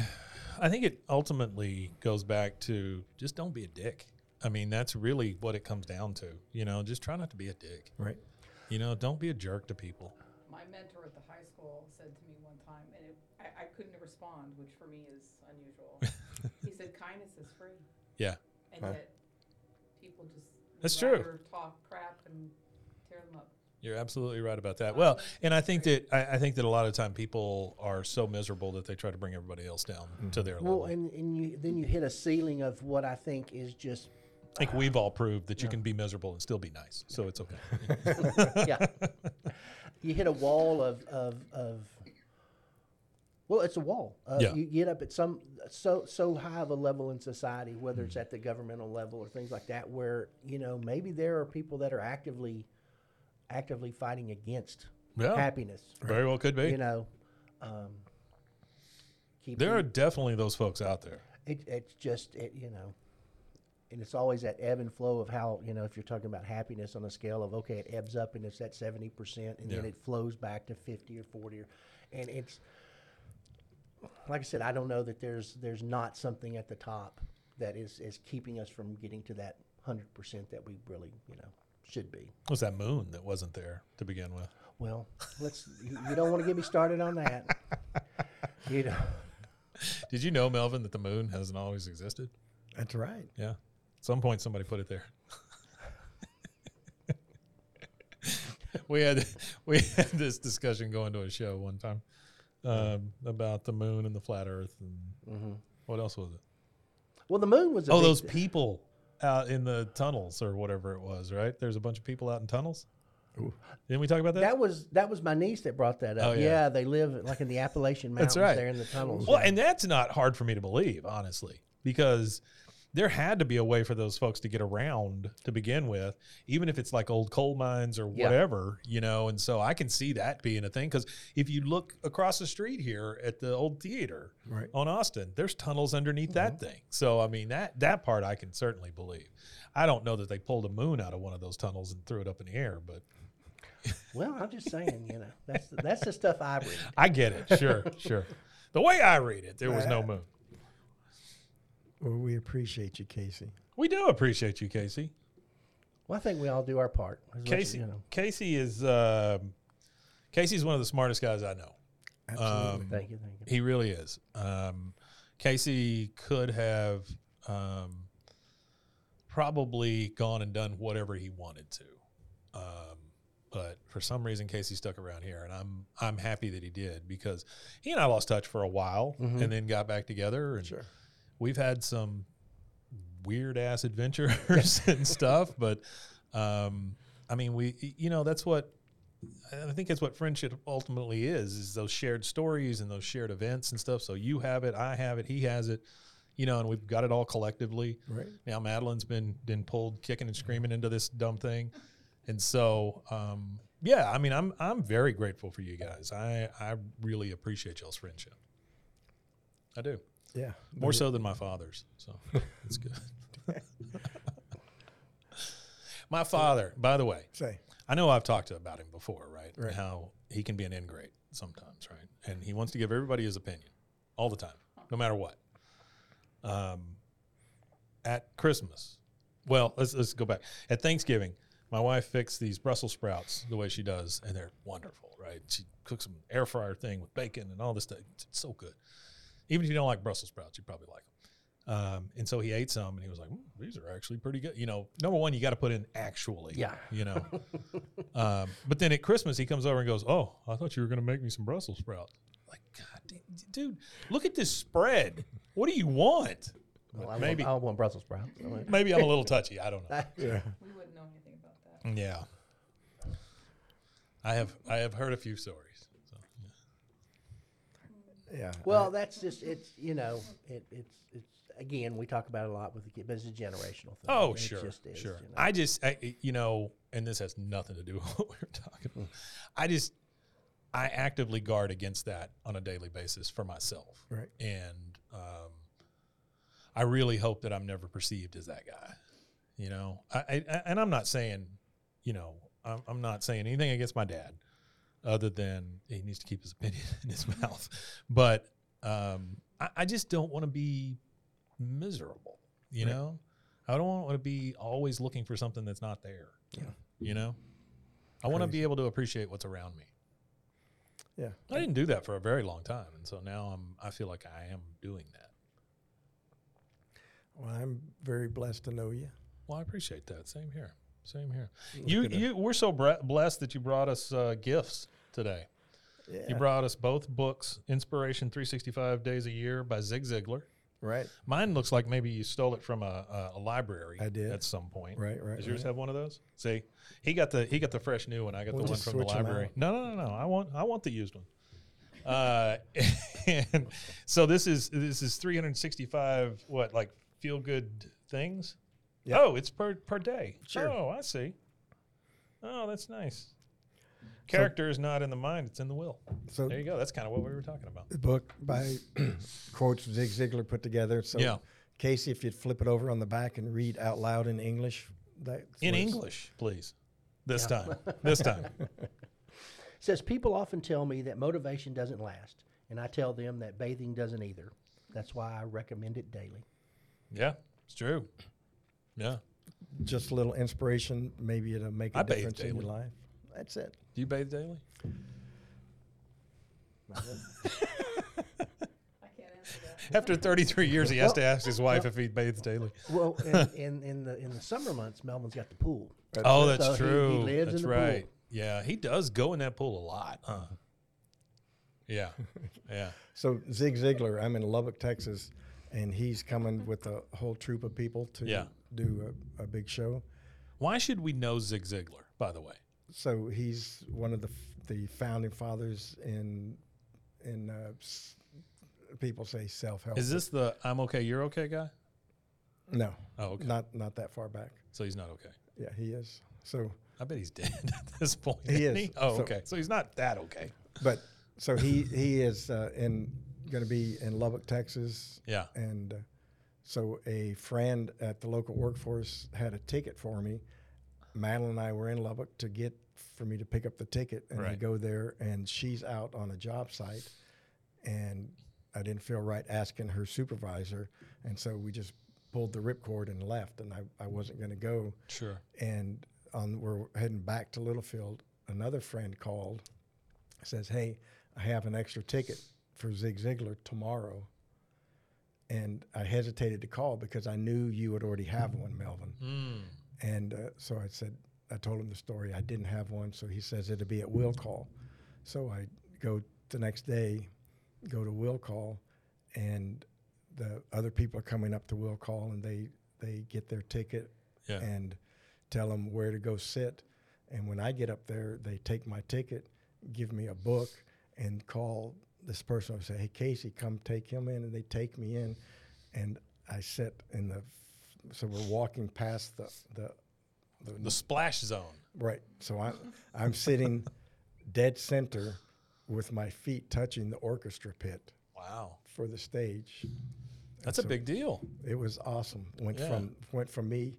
Speaker 1: I think it ultimately goes back to just don't be a dick. I mean, that's really what it comes down to. You know, just try not to be a dick.
Speaker 2: Right.
Speaker 1: You know, don't be a jerk to people.
Speaker 4: My mentor at the high school said to me one time, and it, I, I couldn't respond, which for me is
Speaker 1: <laughs>
Speaker 4: unusual. he said, "Kindness is free,"
Speaker 1: Yeah.
Speaker 4: and yet people just would
Speaker 1: That's true.
Speaker 4: rather talk crap and tear them up.
Speaker 1: You're absolutely right about that. Well, and I think that I, I think that a lot of time people are so miserable that they try to bring everybody else down to their level.
Speaker 3: Well, and, and you then you hit a ceiling of what I think is just
Speaker 1: I think we've all proved that you can be miserable and still be nice, so it's
Speaker 3: <laughs>
Speaker 1: okay.
Speaker 3: yeah. you hit a wall of of of well, it's a wall. Uh,
Speaker 1: Yeah.
Speaker 3: You get up at some so so high of a level in society, whether
Speaker 1: Mm-hmm.
Speaker 3: it's at the governmental level or things like that, where you know maybe there are people that are actively actively fighting against
Speaker 1: Yeah.
Speaker 3: happiness.
Speaker 1: Very well could be.
Speaker 3: You know, um, keep
Speaker 1: there are definitely those folks out there.
Speaker 3: It, it's just it, you know, and it's always that ebb and flow of how you know if you're talking about happiness on a scale of okay, it ebbs up and it's at seventy percent, and then
Speaker 1: Yeah.
Speaker 3: it flows back to fifty or forty, or, and it's like I said, I don't know that there's there's not something at the top that is is keeping us from getting to that hundred percent that we really you know should be.
Speaker 1: It was that moon that wasn't there to begin with?
Speaker 3: Well, let's. You, you don't want to get me started on that. <laughs> You know,
Speaker 1: Did you know, Melvin, that the moon hasn't always existed?
Speaker 2: That's right.
Speaker 1: Yeah. At some point, somebody put it there. we had <laughs> we had this discussion going to a show one time um, about the moon and the flat Earth and what else was it?
Speaker 3: well, Mm-hmm. the moon was. A
Speaker 1: Oh,
Speaker 3: big
Speaker 1: those
Speaker 3: th-
Speaker 1: people out in the tunnels or whatever it was, right? There's a bunch of people out in tunnels. Didn't we talk about that?
Speaker 3: That was that was my niece that brought that up.
Speaker 1: Oh, yeah.
Speaker 3: yeah. they live like in the Appalachian Mountains.
Speaker 1: That's right.
Speaker 3: They're in the tunnels.
Speaker 1: Well, and that's not hard for me to believe, honestly, because there had to be a way for those folks to get around to begin with, even if it's like old coal mines or
Speaker 3: Yeah.
Speaker 1: whatever, you know. And so I can see that being a thing because if you look across the street here at the old theater
Speaker 2: Right.
Speaker 1: on Austin, there's tunnels underneath that thing. So I mean that that part I can certainly believe. I don't know that they pulled a moon out of one of those tunnels and threw it up in the air, but
Speaker 3: well, I'm just saying, you know, that's the, that's the stuff I read.
Speaker 1: I get it. Sure, <laughs> sure. The way I read it, there was no moon.
Speaker 2: Well, we appreciate you, Casey.
Speaker 1: We do appreciate you, Casey.
Speaker 3: Well, I think we all do our part. as much as,
Speaker 1: Casey,
Speaker 3: you know,
Speaker 1: Casey is um Casey's one of the smartest guys I know. um,
Speaker 2: Absolutely.
Speaker 3: thank you, thank you.
Speaker 1: He really is. Um, Casey could have um, probably gone and done whatever he wanted to, um, but for some reason, Casey stuck around here, and I'm I'm happy that he did because he and I lost touch for a while,
Speaker 3: Mm-hmm.
Speaker 1: and then got back together. And
Speaker 2: Sure.
Speaker 1: we've had some weird ass adventures <laughs> and stuff, but um, I mean, we you know that's what I think that's what friendship ultimately is: is those shared stories and those shared events and stuff. So you have it, I have it, he has it, you know, and we've got it all collectively.
Speaker 2: Right.
Speaker 1: Now Madeline's been been pulled kicking and screaming into this dumb thing, and so um, yeah, I mean, I'm I'm very grateful for you guys. I I really appreciate y'all's friendship. I do
Speaker 2: Yeah.
Speaker 1: more so than my father's. So it's good. <laughs> my father, by the way,
Speaker 2: Say.
Speaker 1: I know I've talked about him before, right?
Speaker 2: Right.
Speaker 1: How he can be an ingrate sometimes, right? And he wants to give everybody his opinion all the time, no matter what. Um, at Christmas, well, let's, let's go back. At Thanksgiving, my wife fixed these Brussels sprouts the way she does, and they're wonderful, right? She cooks them air fryer thing with bacon and all this stuff. It's, it's so good. Even if you don't like Brussels sprouts, you probably like them. Um, and so he ate some, and he was like, "Mm, "These are actually pretty good." You know, number one, you got to put in actually.
Speaker 3: Yeah.
Speaker 1: You know, um, but then at Christmas, he comes over and goes, "Oh, I thought you were going to make me some Brussels sprouts." Like, God, d- d- dude, look at this spread. What do you want?
Speaker 3: Well, I
Speaker 1: maybe-
Speaker 3: want, I want Brussels sprouts. I want-
Speaker 1: Maybe I'm a little touchy. I
Speaker 3: <laughs>
Speaker 1: don't know.
Speaker 2: Yeah.
Speaker 4: We wouldn't know anything about that.
Speaker 1: Yeah, I have I have heard a few stories. So, yeah.
Speaker 2: Yeah.
Speaker 3: Well, that's just it's you know it, it's it's again we talk about it a lot with the kid, but it's a generational thing.
Speaker 1: Oh,
Speaker 3: It
Speaker 1: sure,
Speaker 3: just is,
Speaker 1: sure.
Speaker 3: you know.
Speaker 1: I just, I, it- you know, and this has nothing to do <laughs> with what we were talking
Speaker 3: Hmm.
Speaker 1: about. I just, I actively guard against that on a daily basis for myself,
Speaker 2: Right.
Speaker 1: and um, I really hope that I'm never perceived as that guy. You know, I, I I- and I'm not saying, you know, I'm, I'm not saying anything against my dad, other than he needs to keep his opinion <laughs> in his mouth, but um, I, I just don't want to be miserable. You know, I don't want to be always looking for something that's not there. Yeah. You know, I want to be able to appreciate what's around me.
Speaker 2: Yeah.
Speaker 1: I didn't do that for a very long time, and so now I'm. I feel like I am doing that.
Speaker 2: Well, I'm very blessed to know you.
Speaker 1: Well, I appreciate that. Same here. Same here. You, you, we're so bre- blessed that you brought us uh, gifts today.
Speaker 2: Yeah.
Speaker 1: You brought us both books, Inspiration 365 Days a Year by Zig Ziglar.
Speaker 2: Right.
Speaker 1: Mine looks like maybe you stole it from a, a, a library.
Speaker 2: I did.
Speaker 1: at some point.
Speaker 2: Right, right,
Speaker 1: Does yours
Speaker 2: right.
Speaker 1: have one of those? See, he got the he got the fresh new one. I got
Speaker 2: We'll
Speaker 1: the one
Speaker 2: just
Speaker 1: from the
Speaker 2: switch 'em
Speaker 1: library.
Speaker 2: out.
Speaker 1: No, no, no, no. I want I want the used one. Uh, <laughs> and so this is this is 365 what like feel good things.
Speaker 2: Yeah.
Speaker 1: Oh, it's per per day.
Speaker 2: Sure.
Speaker 1: Oh, I see. Oh, that's nice. Character is not in the mind; it's in the will.
Speaker 2: So
Speaker 1: There you go. That's kind of what we were talking about.
Speaker 2: the book
Speaker 1: <clears throat>
Speaker 2: by quotes Zig Ziglar put together. So
Speaker 1: Yeah.
Speaker 2: Casey, if you'd flip it over on the back and read out loud in English. That
Speaker 1: In English, please. This time. This time.
Speaker 3: It says people often tell me that motivation doesn't last. And I tell them that bathing doesn't either. That's why I recommend it daily.
Speaker 1: Yeah, it's true. Yeah.
Speaker 2: Just a little inspiration. Maybe it'll make a
Speaker 1: I bathe
Speaker 2: difference in your
Speaker 1: daily.
Speaker 2: life. That's it.
Speaker 1: Do you bathe daily?
Speaker 4: I can't answer that.
Speaker 1: After 33 years, he has to ask his wife if he bathes daily. <laughs>
Speaker 3: Well, in, in, in the in the summer months, Melvin's got the pool.
Speaker 1: oh,
Speaker 3: it.
Speaker 1: that's
Speaker 3: So he- he
Speaker 1: true.
Speaker 3: lives in
Speaker 1: that's
Speaker 3: the pool.
Speaker 1: right. Yeah, he does go in that pool a lot, huh? Yeah. Yeah.
Speaker 2: So Zig Ziglar, I'm in Lubbock, Texas, and he's coming with a whole troop of people to
Speaker 1: Yeah.
Speaker 2: do a, a big show.
Speaker 1: Why should we know Zig Ziglar, by the way?
Speaker 2: So he's one of the f- the founding fathers in in uh, s- people say self help.
Speaker 1: Is this the I'm okay, you're okay guy?
Speaker 2: no?
Speaker 1: Oh, okay.
Speaker 2: Not not that far back.
Speaker 1: So he's not okay.
Speaker 2: Yeah, he is. So
Speaker 1: I bet he's <laughs> dead at this point.
Speaker 2: He
Speaker 1: isn't
Speaker 2: is.
Speaker 1: Oh,
Speaker 2: So-
Speaker 1: okay. So he's not that okay.
Speaker 2: but so he he is uh, in going to be in Lubbock, Texas,
Speaker 1: Yeah.
Speaker 2: and uh, so a friend at the local workforce had a ticket for me. Madeline and I were in Lubbock to get for me to pick up the ticket, and I
Speaker 1: Right.
Speaker 2: go there, and she's out on a job site, and I didn't feel right asking her supervisor, and so we just pulled the ripcord and left, and I, I wasn't going to go
Speaker 1: Sure.
Speaker 2: and on we're heading back to Littlefield. Another friend called, says, "Hey, I have an extra ticket for Zig Ziglar tomorrow." And I hesitated to call because I knew you would already have one, Melvin. And uh, so I said, I told him the story. I didn't have one, so he says it'll be at will call. So I go the next day, go to will call, and the other people are coming up to will call, and they they get their ticket
Speaker 1: Yeah.
Speaker 2: and tell them where to go sit. And when I get up there, they take my ticket, give me a book, and call this person and say, "Hey, Casey, come take him in." And they take me in, and I sit in the. So we're walking past the the
Speaker 1: The splash zone.
Speaker 2: Right. So I'm I'm sitting dead center with my feet touching the orchestra pit
Speaker 1: Wow.
Speaker 2: for the stage.
Speaker 1: That's a big deal.
Speaker 2: It was awesome. Went
Speaker 1: Yeah.
Speaker 2: from went from me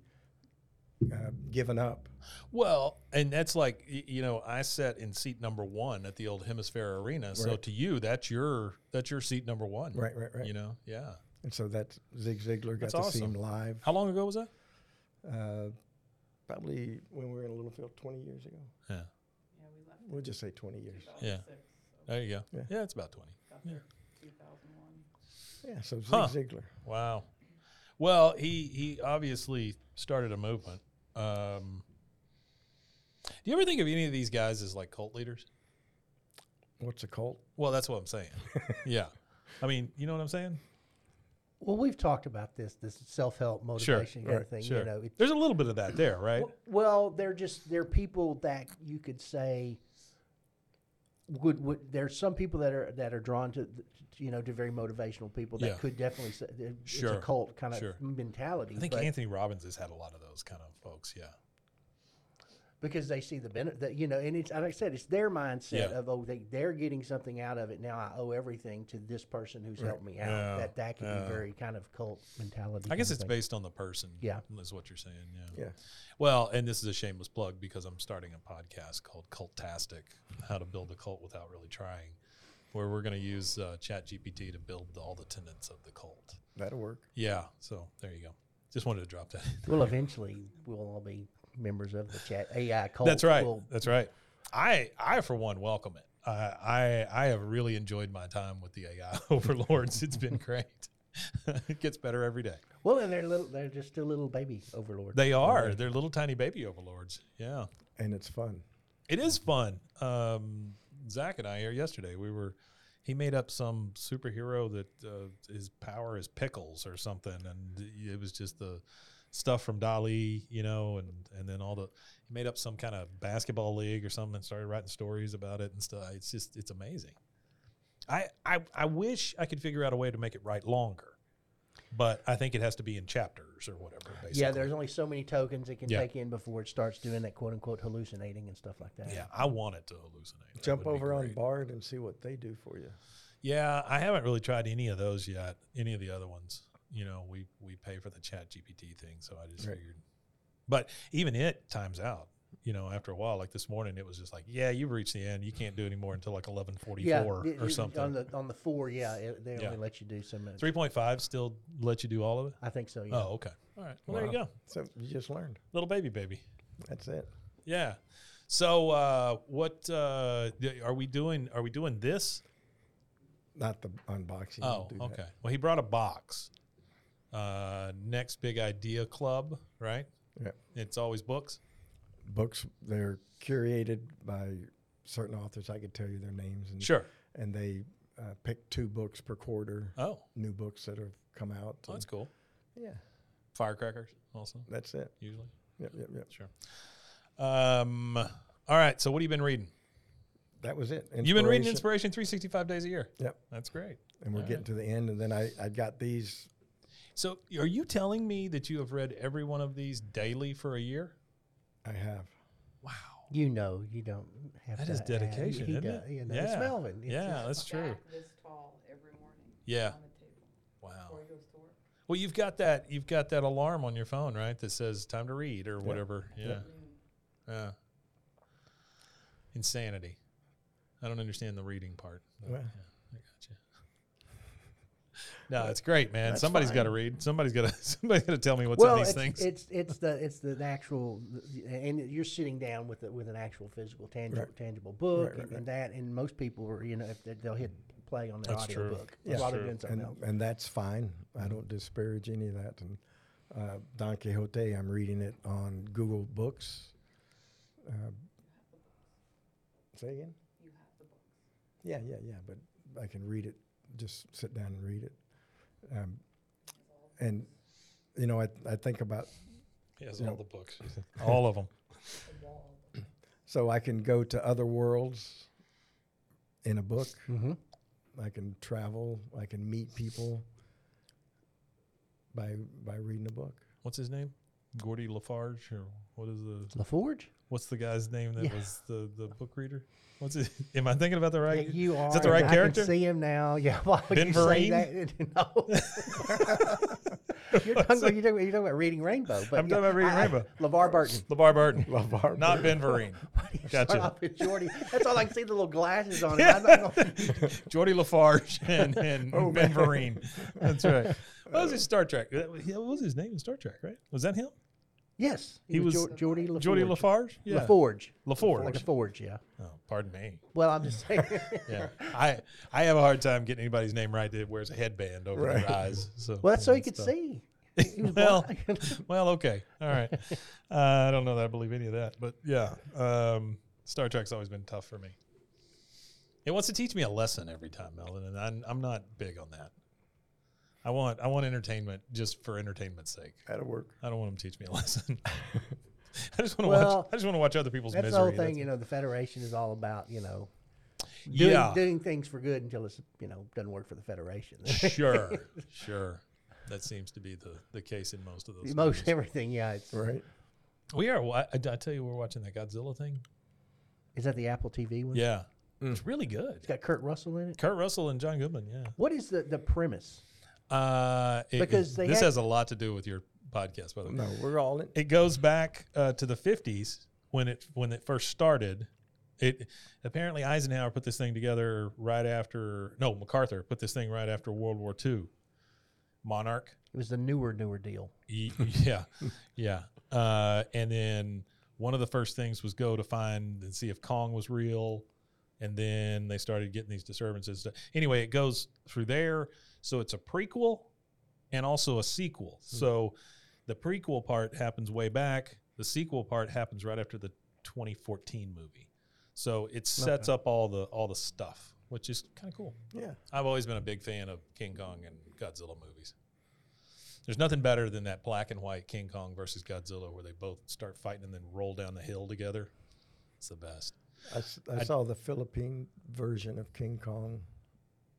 Speaker 2: uh, giving up.
Speaker 1: Well, and that's like y- you know, I sat in seat number one at the old Hemisphere Arena. So
Speaker 2: Right.
Speaker 1: to you, that's your that's your seat number one.
Speaker 2: Right, right, right.
Speaker 1: You know, yeah.
Speaker 2: And so that's Zig Ziglar got
Speaker 1: That's
Speaker 2: to see him
Speaker 1: awesome.
Speaker 2: live.
Speaker 1: How long ago was that?
Speaker 2: Uh, probably when we were in Littlefield 20 years ago.
Speaker 1: Yeah,
Speaker 4: Yeah, we left
Speaker 2: We'll just say 20 years.
Speaker 1: Yeah.
Speaker 4: 2006, so
Speaker 1: there you go. Yeah,
Speaker 2: Yeah.
Speaker 1: it's about twenty.
Speaker 4: about
Speaker 1: Yeah.
Speaker 4: 2001.
Speaker 2: Yeah. So Zig
Speaker 1: Huh.
Speaker 2: Ziglar.
Speaker 1: Wow. Well, he he obviously started a movement. Um, do you ever think of any of these guys as like cult leaders?
Speaker 2: What's a cult?
Speaker 1: Well, that's what I'm saying. yeah, I mean, you know what I'm saying?
Speaker 3: Well, we've talked about this this self help motivation kind
Speaker 1: right,
Speaker 3: of thing.
Speaker 1: sure.
Speaker 3: You know, it,
Speaker 1: There's a little bit of that there, right?
Speaker 3: W- Well, they're just they're people that you could say would would there's some people that are that are drawn to, th- to, you know to very motivational people that
Speaker 1: Yeah.
Speaker 3: could definitely say that it's
Speaker 1: Sure,
Speaker 3: a cult kind of
Speaker 1: sure.
Speaker 3: mentality
Speaker 1: I think
Speaker 3: but
Speaker 1: Anthony Robbins has had a lot of those kind of folks. Yeah.
Speaker 3: because they see the benefit that you know and it's like I said it's their mindset
Speaker 1: Yeah.
Speaker 3: of oh they they're getting something out of it now I owe everything to this person who's helped me out
Speaker 1: Yeah,
Speaker 3: that that could
Speaker 1: yeah.
Speaker 3: be very kind of cult mentality
Speaker 1: I
Speaker 3: kind
Speaker 1: guess
Speaker 3: of
Speaker 1: it's
Speaker 3: thing.
Speaker 1: based on the person.
Speaker 3: Yeah.
Speaker 1: Is what you're saying. Yeah.
Speaker 2: Yeah.
Speaker 1: Well, and this is a shameless plug because I'm starting a podcast called Cultastic How to Build a Cult Without Really Trying, where we're going to use uh, ChatGPT to build all the tenets of the cult.
Speaker 2: That'll work.
Speaker 1: Yeah. So there you go. Just wanted to drop that. <laughs> in.
Speaker 3: well eventually we'll all be members of the chat AI cult
Speaker 1: That's right.
Speaker 3: will
Speaker 1: That's right. I, I, for one, welcome it. I, I, I have really enjoyed my time with the AI <laughs> overlords. It's been great. <laughs> it gets better every day.
Speaker 3: Well, and they're little. They're just still little baby overlords.
Speaker 1: They are. They're little tiny baby overlords. Yeah.
Speaker 2: And it's fun.
Speaker 1: It is fun. Um, Zach and I here yesterday, we were. He made up some superhero that uh, his power is pickles or something, and it was just the stuff from Dali, you know, and and then all the he made up some kind of basketball league or something and started writing stories about it and stuff. It's just it's amazing. I I, I wish I could figure out a way to make it write longer, but I think it has to be in chapters or whatever. Basically.
Speaker 3: yeah, there's only so many tokens it can
Speaker 1: Yeah.
Speaker 3: take in before it starts doing that quote unquote hallucinating and stuff like that.
Speaker 1: yeah. I want it to hallucinate. That
Speaker 2: Jump
Speaker 1: would be
Speaker 2: over on
Speaker 1: great.
Speaker 2: Bard and see what they do for you.
Speaker 1: Yeah, I haven't really tried any of those yet. Any of the other ones, you know, we we pay for the Chat GPT thing, so I just
Speaker 2: Right.
Speaker 1: figured. But even it times out. you know, after a while, like this morning, it was just like, yeah, you've reached the end. You can't do anymore until like eleven forty four or
Speaker 3: it- it- On
Speaker 1: something.
Speaker 3: the on the four, yeah, it, they
Speaker 1: Yeah.
Speaker 3: only let you do so much.
Speaker 1: Three point five still let you do all of it.
Speaker 3: I think so. Yeah.
Speaker 1: Oh, okay. All right. Well, there you go,
Speaker 2: So you just learned.
Speaker 1: little baby, baby.
Speaker 2: That's it.
Speaker 1: Yeah. So uh, what uh, th- are we doing? Are we doing this?
Speaker 2: Not the unboxing.
Speaker 1: Oh,
Speaker 2: We'll do that.
Speaker 1: okay. Well, he brought a box. Uh, next big idea club, right?
Speaker 2: Yeah.
Speaker 1: It's always books.
Speaker 2: Books they're curated by certain authors. I could tell you their names and
Speaker 1: Sure.
Speaker 2: and they uh, pick two books per quarter,
Speaker 1: Oh,
Speaker 2: new books that have come out.
Speaker 1: well, that's
Speaker 2: and-
Speaker 1: cool.
Speaker 2: yeah,
Speaker 1: Firecrackers also
Speaker 2: that's it.
Speaker 1: usually.
Speaker 2: Yep, yep, yep.
Speaker 1: Sure. Um. All right. So what have you been reading?
Speaker 2: That was it.
Speaker 1: You've been reading Inspiration 365 days a year.
Speaker 2: Yep.
Speaker 1: That's great.
Speaker 2: And we're
Speaker 1: All
Speaker 2: getting to the end, and then I, I got these.
Speaker 1: So are you telling me that you have read every one of these daily for a year?
Speaker 2: I have.
Speaker 1: Wow.
Speaker 3: You know, you don't have
Speaker 1: That
Speaker 3: to
Speaker 1: is
Speaker 3: add.
Speaker 1: dedication,
Speaker 3: He
Speaker 1: isn't
Speaker 3: does,
Speaker 1: it?
Speaker 3: You know, It's Melvin. It's uh,
Speaker 1: yeah,
Speaker 3: just-
Speaker 1: that's true.
Speaker 4: Back this tall every morning.
Speaker 1: Yeah. Oh.
Speaker 4: On the table
Speaker 1: Wow.
Speaker 4: before he goes to work.
Speaker 1: Well, you've got that. You've got that alarm on your phone, right? That says time to read or whatever. Yeah. Yeah. Insanity. I don't understand the reading part. but
Speaker 2: Well.
Speaker 1: yeah, I got you. No, it's great, man.
Speaker 2: That's
Speaker 1: Somebody's got to
Speaker 2: fine.
Speaker 1: read. Somebody's got to. <laughs> Somebody's got to tell me what's
Speaker 3: well,
Speaker 1: on these
Speaker 3: it's,
Speaker 1: things.
Speaker 3: it's it's the it's the, the actual the- and you're sitting down with a, with an actual physical tangible
Speaker 2: Right.
Speaker 3: tangible book
Speaker 2: Right, right,
Speaker 3: and that and most people are you know if they, they'll hit play on their
Speaker 1: That's
Speaker 3: audio
Speaker 1: true.
Speaker 3: book
Speaker 1: That's
Speaker 3: while
Speaker 1: true.
Speaker 3: they're doing something
Speaker 2: and,
Speaker 3: else.
Speaker 2: and that's fine. I don't disparage any of that. And uh, Don Quixote, I'm reading it on Google Books. Uh, say again?
Speaker 4: You have the books.
Speaker 2: Yeah, yeah, yeah. But I can read it. Just sit down and read it. Um, and you know, I, I think about
Speaker 1: He has
Speaker 2: you
Speaker 1: all
Speaker 2: know.
Speaker 1: the books, all of them.
Speaker 2: so I can go to other worlds in a book.
Speaker 3: Mm-hmm.
Speaker 2: I can travel. I can meet people by by reading a book.
Speaker 1: What's his name? Gordy Lafarge, or what is the?
Speaker 3: LaForge,
Speaker 1: What's the guy's name that
Speaker 3: Yeah.
Speaker 1: was the the book reader? What's it? Am I thinking about the right?
Speaker 3: Yeah, you are.
Speaker 1: the right
Speaker 3: I
Speaker 1: character?
Speaker 3: Can see him now. <laughs> Yeah. Why would
Speaker 1: Ben
Speaker 3: you
Speaker 1: Vereen?
Speaker 3: say that?
Speaker 1: <laughs>
Speaker 3: <laughs> No. you're, talking about, you're, talking about, you're talking about reading Rainbow. But
Speaker 1: I'm talking about Reading Rainbow.
Speaker 3: LeVar Burton.
Speaker 1: LeVar Burton.
Speaker 2: LeVar
Speaker 1: Not Ben Vereen.
Speaker 3: <laughs> Start
Speaker 1: Gotcha.
Speaker 3: off with Jordy. That's all I can see the little glasses on him. oh, I don't
Speaker 1: <laughs>
Speaker 3: know. Oh,
Speaker 1: Jordy Lafarge and, and Ben Vereen. That's right. What was his Star Trek? That was- What was his name in Star Trek, right? Was that him?
Speaker 3: Yes.
Speaker 1: He was-
Speaker 3: was Jo- Jordy LaForge.
Speaker 1: Jordy Lafarge? Yeah.
Speaker 3: LaForge.
Speaker 1: LaForge.
Speaker 3: Like a forge, yeah.
Speaker 1: Oh, pardon me.
Speaker 3: Well, I'm just
Speaker 1: <laughs>
Speaker 3: saying.
Speaker 1: Yeah. I I have a hard time getting anybody's name right that wears a headband over
Speaker 2: Right.
Speaker 1: their eyes. So
Speaker 3: well, that's so he
Speaker 1: it's
Speaker 3: could
Speaker 1: tough.
Speaker 3: see.
Speaker 1: <laughs>
Speaker 3: He was
Speaker 1: Well,
Speaker 3: <laughs> blind.
Speaker 1: <laughs> well, okay. All right.
Speaker 3: <laughs>
Speaker 1: Uh, I don't know that I believe any of that, but yeah. Um, Star Trek's always been tough for me. It wants to teach me a lesson every time, Melvin, and I'm, I'm not big on that. I want I want entertainment just for entertainment's sake.
Speaker 2: That'll work.
Speaker 1: I don't want them to teach me a <laughs> lesson. I just want to watch.
Speaker 3: Well,
Speaker 1: I just want to watch other people's
Speaker 3: that's
Speaker 1: misery.
Speaker 3: the whole
Speaker 1: <laughs>
Speaker 3: thing, you know. The Federation is all about, you know, doing,
Speaker 1: yeah,
Speaker 3: doing things for good until it's, you know, doesn't work for the Federation. <laughs>
Speaker 1: sure, sure. That seems to be the, the case in most of <laughs> those.
Speaker 3: Most
Speaker 1: movies.
Speaker 3: everything, yeah. It's,
Speaker 2: Right.
Speaker 1: we are. wa- I, I tell you, we're watching that Godzilla thing.
Speaker 3: Is that the Apple TV one?
Speaker 1: Yeah,
Speaker 3: Mm.
Speaker 1: it's really good.
Speaker 3: It's got Kurt Russell in it.
Speaker 1: Kurt Russell and John Goodman. Yeah.
Speaker 3: What is the, the premise?
Speaker 1: Uh, it-
Speaker 3: Because they
Speaker 1: this
Speaker 3: had-
Speaker 1: has a lot to do with your podcast, by the way.
Speaker 2: No, we're all in.
Speaker 1: It goes back uh, to the '50s when it when it first started. It apparently Eisenhower put this thing together right after no MacArthur put this thing right after World War II. Monarch,
Speaker 3: It was the newer, newer deal.
Speaker 1: Y- <laughs> yeah, yeah, uh, and then one of the first things was go to find and see if Kong was real, and then they started getting these disturbances. Anyway, it goes through there, so it's a prequel and also a sequel. So the prequel part happens way back. The sequel part happens right after the 2014 movie. So it sets up all the all the stuff, which is kind of cool.
Speaker 2: Yeah.
Speaker 1: I've always been a big fan of King Kong and Godzilla movies. There's nothing better than that black and white King Kong versus Godzilla where they both start fighting and then roll down the hill together. It's the best.
Speaker 2: I, s- I saw the Philippine version of King Kong.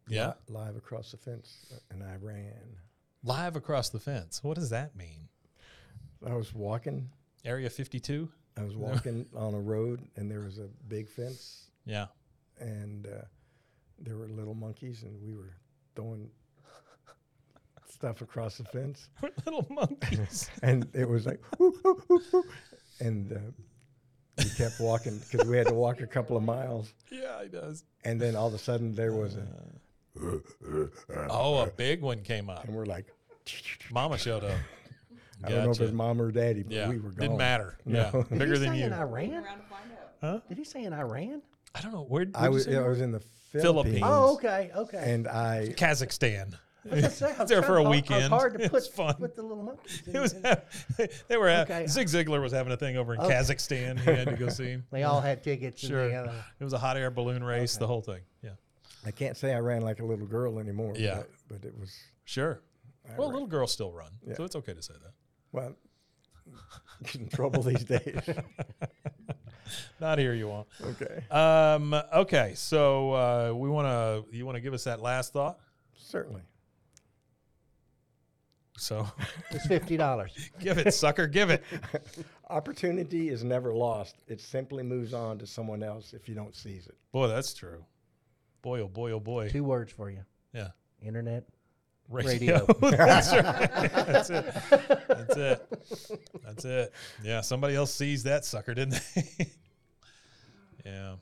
Speaker 2: li-
Speaker 1: Yeah.
Speaker 2: live across the fence, uh, and I ran.
Speaker 1: Live across the fence. What does that mean?
Speaker 2: I was walking.
Speaker 1: Area 52?
Speaker 2: I was walking on a road, and there was a big fence,
Speaker 1: <laughs> Yeah.
Speaker 2: and uh, there were little monkeys, and we were throwing stuff across the fence,
Speaker 1: <laughs> We're little monkeys.
Speaker 2: and it was like, "Whoop, whoop, whoop, whoop." and uh, We kept walking because we had to walk a couple of miles,
Speaker 1: Yeah, he does.
Speaker 2: and then all of a sudden there was a,
Speaker 1: Oh, a big one came up.
Speaker 2: and we're like,
Speaker 1: Mama showed up.
Speaker 2: I don't know if it was
Speaker 1: Gotcha.
Speaker 2: mom or daddy, but
Speaker 1: yeah,
Speaker 2: we were gone.
Speaker 1: didn't matter.
Speaker 2: No.
Speaker 1: Yeah,
Speaker 3: Did he
Speaker 1: bigger
Speaker 3: say
Speaker 1: than you.
Speaker 3: in
Speaker 1: I,
Speaker 3: Iran?
Speaker 4: around to find out.
Speaker 3: Did he say in Iran?
Speaker 1: don't know where.
Speaker 2: I was,
Speaker 1: you say?
Speaker 2: I was in the
Speaker 1: Philippines.
Speaker 2: Philippines,
Speaker 3: Oh, okay, okay.
Speaker 2: and I
Speaker 1: Kazakhstan.
Speaker 3: <laughs> I was gonna say, I was
Speaker 1: there
Speaker 3: trying
Speaker 1: for a
Speaker 3: to- I was
Speaker 1: weekend.
Speaker 3: hard to
Speaker 1: It
Speaker 3: put,
Speaker 1: was fun.
Speaker 3: put the little monkeys. In
Speaker 1: It was
Speaker 3: there.
Speaker 1: <laughs> they were at,
Speaker 3: Okay.
Speaker 1: Zig Ziglar was having a thing over in
Speaker 3: Okay.
Speaker 1: Kazakhstan. He had to
Speaker 3: <laughs>
Speaker 1: go see him.
Speaker 3: They all had tickets.
Speaker 1: Sure,
Speaker 3: And they, uh,
Speaker 1: it was a hot air balloon race. The whole thing. Yeah,
Speaker 2: I can't say I ran like a little girl anymore.
Speaker 1: Yeah.
Speaker 2: but, but it was
Speaker 1: sure. well, little girls still run,
Speaker 2: Yeah.
Speaker 1: so it's okay to say that.
Speaker 2: well. <laughs> get in trouble these days. <laughs>
Speaker 1: Not here, you won't.
Speaker 2: okay,
Speaker 1: Um, okay, so uh, we want to. You want to give us that last thought?
Speaker 2: certainly.
Speaker 1: So <laughs>
Speaker 3: it's fifty dollars.
Speaker 1: give it, sucker. Give
Speaker 3: <laughs>
Speaker 1: it.
Speaker 2: Opportunity is never lost. It simply moves on to someone else if you don't seize it.
Speaker 1: Boy, that's true. Boy, oh boy, oh boy.
Speaker 3: Two words for you:
Speaker 1: Yeah.
Speaker 3: internet.
Speaker 1: Radio. <laughs> that's right. That's it. That's it. That's it. Yeah, somebody else seized that sucker, didn't they? <laughs> yeah.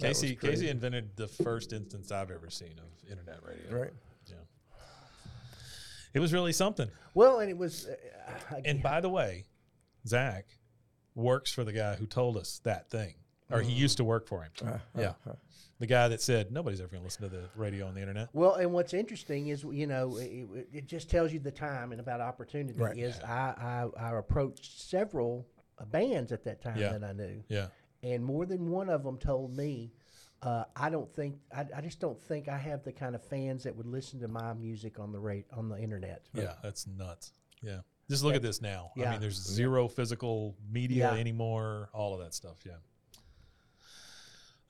Speaker 2: That was
Speaker 1: Casey
Speaker 2: crazy.
Speaker 1: Casey invented the first instance I've ever seen of internet radio.
Speaker 2: Right.
Speaker 1: Yeah. It was really something.
Speaker 3: Well, and it was. Uh,
Speaker 1: And by the way, Zach works for the guy who told us that thing. Or
Speaker 2: Mm.
Speaker 1: he used to work for him.
Speaker 2: Uh,
Speaker 1: yeah. The guy that said nobody's ever gonna listen to the radio on the internet.
Speaker 3: Well, and what's interesting is you know it, it- it just tells you the time and about opportunity.
Speaker 2: Right.
Speaker 3: Is I, I I approached several uh, bands at that time
Speaker 1: Yeah.
Speaker 3: that I knew,
Speaker 1: Yeah.
Speaker 3: and more than one of them told me, uh, I don't think I, I just don't think I have the kind of fans that would listen to my music on the rate on the internet.
Speaker 1: Yeah, that's nuts. Yeah. Just look at this now. I
Speaker 3: Yeah.
Speaker 1: mean, there's zero physical media
Speaker 3: Yeah.
Speaker 1: anymore, all of that stuff. Yeah.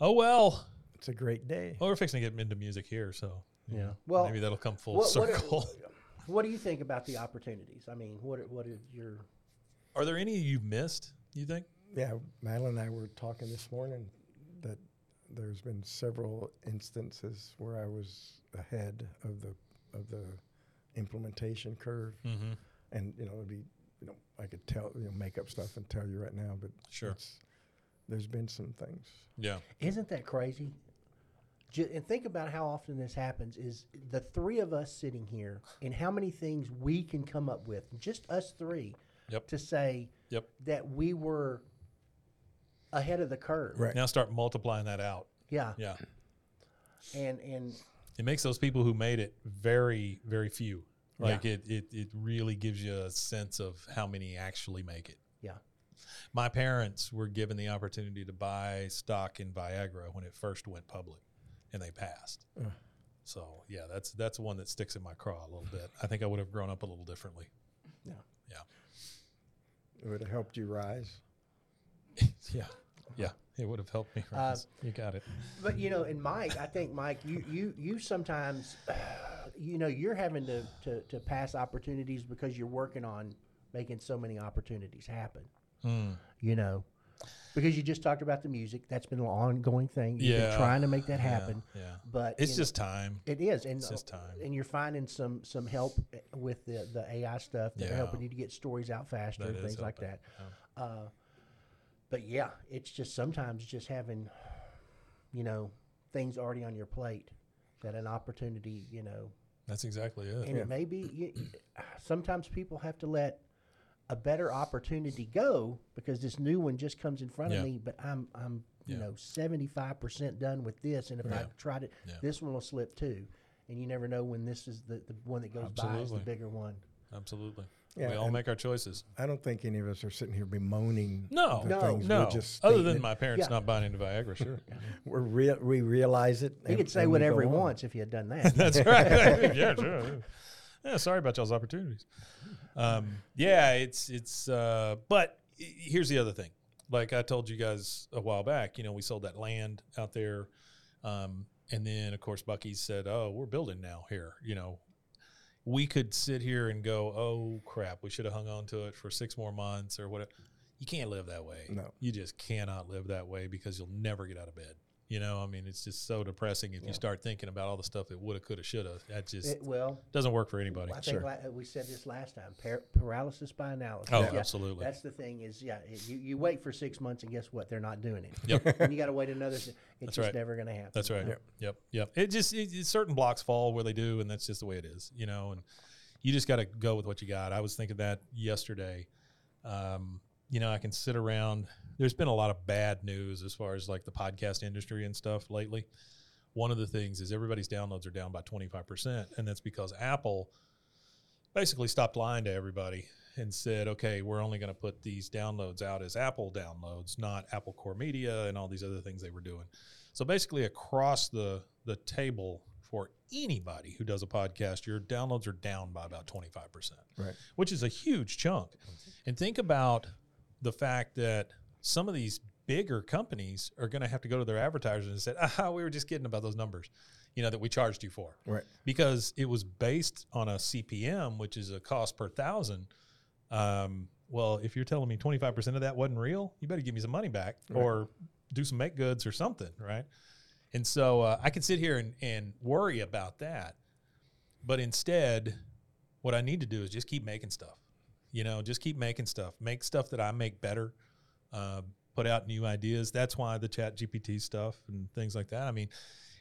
Speaker 1: Oh, well.
Speaker 2: It's a great day.
Speaker 1: Well, we're fixing to get into music here. So
Speaker 3: Oh, Yeah. Well,
Speaker 1: maybe that'll come full
Speaker 3: what, what, <laughs>
Speaker 1: circle.
Speaker 3: are- what do you think about the opportunities? I mean, what are- what is your
Speaker 1: Are there any you've missed, you think?
Speaker 2: Yeah, Madeline and I were talking this morning that there's been several instances where I was ahead of the of the implementation curve,
Speaker 1: Mm-hmm.
Speaker 2: and you know, it'd be you know, I could tell you know, make up stuff and tell you right now, but
Speaker 1: Sure.
Speaker 2: it's, there's been some things.
Speaker 1: Yeah.
Speaker 3: Isn't that crazy? Ju- and think about how often this happens is the three of us sitting here and how many things we can come up with, just us three,
Speaker 1: Yep.
Speaker 3: to say
Speaker 1: Yep.
Speaker 3: that we were ahead of the curve.
Speaker 2: Right.
Speaker 1: Now start multiplying that out.
Speaker 3: Yeah.
Speaker 1: Yeah.
Speaker 3: And and
Speaker 1: It makes those people who made it very, very few. Like it, it, it really gives you a sense of how many actually make it.
Speaker 3: yeah.
Speaker 1: My parents were given the opportunity to buy stock in Viagra when it first went public, and they passed.
Speaker 2: Ugh.
Speaker 1: So yeah, that's that's one that sticks in my craw a little bit. I think I would have grown up a little differently.
Speaker 2: It would have helped you rise.
Speaker 1: Yeah, yeah, it would have helped me. rise. you got it.
Speaker 3: But you know, and Mike, I think Mike, you you you sometimes <sighs> you know, you're having to, to, to pass opportunities because you're working on making so many opportunities happen.
Speaker 1: Hmm.
Speaker 3: you know, because you just talked about the music. That's been an ongoing thing. You've
Speaker 1: Yeah.
Speaker 3: been trying to make that
Speaker 1: Yeah,
Speaker 3: happen,
Speaker 1: Yeah,
Speaker 3: but
Speaker 1: it's
Speaker 3: you know,
Speaker 1: just time.
Speaker 3: it is, and
Speaker 1: it's just time.
Speaker 3: and you're finding some some help with the the AI stuff that
Speaker 1: Yeah.
Speaker 3: are helping you to get stories out faster
Speaker 1: That
Speaker 3: and
Speaker 1: is
Speaker 3: things like
Speaker 1: helping,
Speaker 3: that. Uh, but yeah, it's just sometimes just having, you know, things already on your plate that an opportunity, you know,
Speaker 1: That's exactly it.
Speaker 3: and it may be you, sometimes people have to let a better opportunity go because this new one just comes in front
Speaker 1: Yeah.
Speaker 3: of me but i'm i'm you
Speaker 1: Yeah.
Speaker 3: know 75% done with this and if i
Speaker 1: Right.
Speaker 3: tried it
Speaker 1: Yeah.
Speaker 3: this one will slip too and you never know when this is the, the one that goes by is the
Speaker 1: Absolutely.
Speaker 3: bigger one
Speaker 1: Absolutely.
Speaker 2: Yeah,
Speaker 1: we all
Speaker 2: and-
Speaker 1: make our choices.
Speaker 2: I don't think any of us are sitting here bemoaning.
Speaker 1: No,
Speaker 2: the
Speaker 3: No.
Speaker 2: things. We're
Speaker 1: no.
Speaker 2: just
Speaker 1: Other
Speaker 2: stating
Speaker 1: than
Speaker 2: it.
Speaker 1: my parents
Speaker 3: Yeah.
Speaker 1: not buying into Viagra, <laughs> sure.
Speaker 2: we're rea- we realize it.
Speaker 3: he
Speaker 2: and-
Speaker 3: could say
Speaker 2: and we
Speaker 3: whatever he
Speaker 2: go on.
Speaker 3: wants if he had done that
Speaker 1: That's right. <laughs> yeah, sure. yeah. Yeah, sorry about y'all's opportunities. Um, yeah, it's it's. Uh, but i- here's the other thing. Like I told you guys a while back, you know, we sold that land out there, um, and then of course Bucky said, "Oh, we're building now here." You know, we could sit here and go, "Oh crap, we should have hung on to it for six more months or whatever." You can't live that way.
Speaker 2: No.
Speaker 1: you just cannot live that way because you'll never get out of bed. You know, I mean, it's just so depressing if you start thinking about all the stuff that woulda, coulda, shoulda. That <laughs> just
Speaker 3: It, well,
Speaker 1: doesn't work for anybody.
Speaker 3: I think la- we said this last time. Par- paralysis by analysis.
Speaker 1: Oh, absolutely.
Speaker 3: That's the thing is, yeah, it- you, you wait for six months and guess what? They're not doing it.
Speaker 1: Yep.
Speaker 3: <laughs> and you got to wait another. s- It's just
Speaker 1: right.
Speaker 3: never going to happen.
Speaker 1: That's right. Yep. Yep. It just it, it- certain blocks fall where they do, and that's just the way it is, you know. And you just got to go with what you got. I was thinking that yesterday. Um, you know, I can sit around. There's been a lot of bad news as far as like the podcast industry and stuff lately. One of the things is everybody's downloads are down by 25%, and that's because Apple basically stopped lying to everybody and said, okay, we're only going to put these downloads out as Apple downloads, not Apple Core Media and all these other things they were doing. So basically, across the the table for anybody who does a podcast, your downloads are down by about twenty five percent,
Speaker 2: Right.
Speaker 1: which is a huge chunk. And think about the fact that some of these bigger companies are going to have to go to their advertisers and say, "Ah, we were just kidding about those numbers." You know, that we charged you for
Speaker 2: Right.
Speaker 1: because it was based on a CPM, which is a cost per thousand. Um, well, if you're telling me 25% of that wasn't real, you better give me some money back or do some make goods or something, right? And so uh, I could sit here and, and worry about that. But instead, what I need to do is just keep making stuff, you know, just keep making stuff, make stuff that I make better, uh, put out new ideas. That's why the chat GPT stuff and things like that. I mean,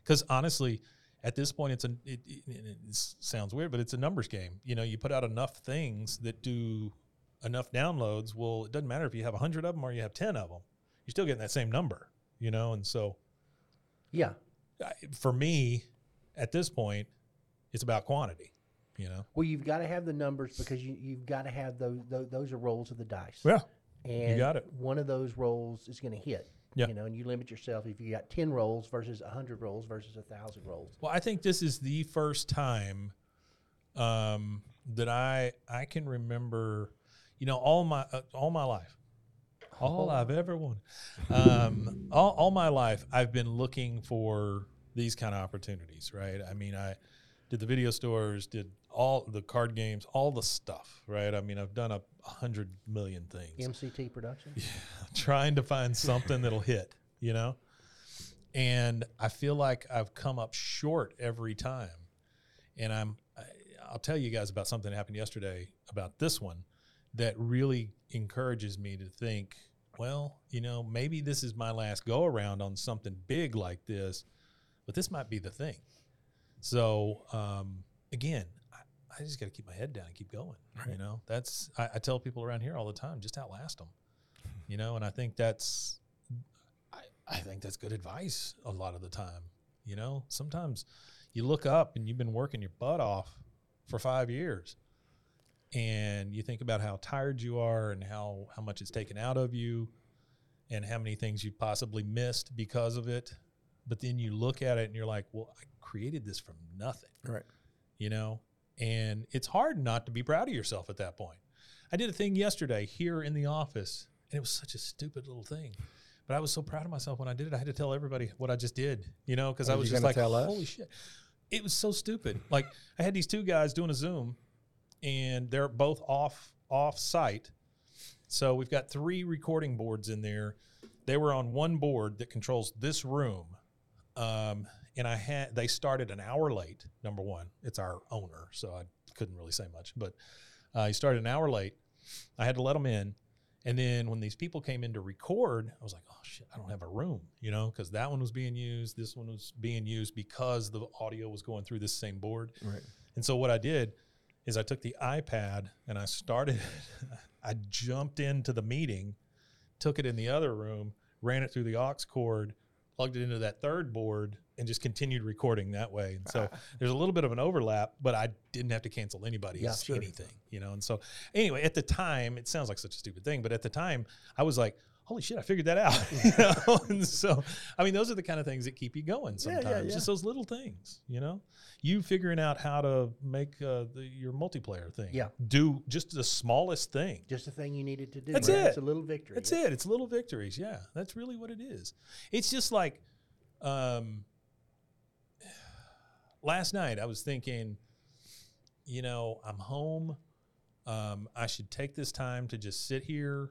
Speaker 1: because honestly, at this point, it's a it, it, it s- sounds weird, but it's a numbers game. You know, you put out enough things that do enough downloads. Well, it doesn't matter if you have hundred of them or you have ten of them, you're still getting that same number. You know, and so
Speaker 3: Yeah.
Speaker 1: I, for me, at this point, it's about quantity. You know,
Speaker 3: Well, you've got to have the numbers because you, you've got to have those, those. Those are rolls of the dice. And
Speaker 1: got it.
Speaker 3: One of those rolls is going to hit.
Speaker 1: Yeah.
Speaker 3: You know, and you limit yourself if you got ten rolls versus hundred rolls versus thousand rolls.
Speaker 1: Well, I think this is the first time um, that I I can remember. You know, all my uh, all my life, all I've ever wanted, um, all, all my life, I've been looking for these kind of opportunities. Right? I mean, I did the video stores, did all the card games, all the stuff. Right? I mean, I've done a hundred million things
Speaker 3: MCT
Speaker 1: <laughs>
Speaker 3: production.
Speaker 1: trying to find something that'll hit, you know? And I feel like I've come up short every time. And I'm, I, I'll tell you guys about something that happened yesterday about this one that really encourages me to think, well, you know, maybe this is my last go around on something big like this, but this might be the thing. So, um, again, I, I just got to keep my head down and keep going. You know, that's, I, I tell people around here all the time just outlast them you know and i think that's I, I think that's good advice a lot of the time you know sometimes you look up and you've been working your butt off for five years and you think about how tired you are and how how much it's taken out of you and how many things you possibly missed because of it but then you look at it and you're like well i created this from nothing
Speaker 2: Right.
Speaker 1: you know and it's hard not to be proud of yourself at that point i did a thing yesterday here in the office and it was such a stupid little thing but i was so proud of myself when i did it i had to tell everybody what i just did you know because
Speaker 2: Oh,
Speaker 1: i
Speaker 2: you
Speaker 1: was just
Speaker 2: gonna
Speaker 1: like
Speaker 2: tell us?
Speaker 1: holy shit it was so stupid like i had these two guys doing a zoom and they're both off off site so we've got three recording boards in there they were on one board that controls this room um, and I had they started an hour late. Number one, it's our owner, so I couldn't really say much. But uh, he started an hour late. I had to let him in, and then when these people came in to record, I was like, "Oh shit, I don't have a room," you know, because that one was being used, this one was being used because the audio was going through this same board.
Speaker 2: Right.
Speaker 1: And so what I did is I took the iPad and I started. <laughs> I jumped into the meeting, took it in the other room, ran it through the aux cord, plugged it into that third board, and just continued recording that way. And
Speaker 2: <laughs>
Speaker 1: so there's a little bit of an overlap, but I didn't have to cancel anybody's
Speaker 3: Yeah, sure.
Speaker 1: anything, you know. And so anyway, at the time, it sounds like such a stupid thing, but at the time, I was like. Holy shit! I figured that out. <laughs> You know? and so, I mean, those are the kind of things that keep you going.
Speaker 2: Yeah, yeah,
Speaker 1: Sometimes,
Speaker 2: yeah.
Speaker 1: just those little things, you know you figuring out how to make uh, the, your multiplayer thing.
Speaker 3: Yeah.
Speaker 1: Do just the smallest thing.
Speaker 3: Just the thing you needed to do.
Speaker 1: That's
Speaker 3: right? It's
Speaker 1: it.
Speaker 3: a little victory.
Speaker 1: That's it. It's little victories. Yeah. That's really what it is. It's just like um, last night I was thinking, you know, I'm home. Um, I should take this time to just sit here,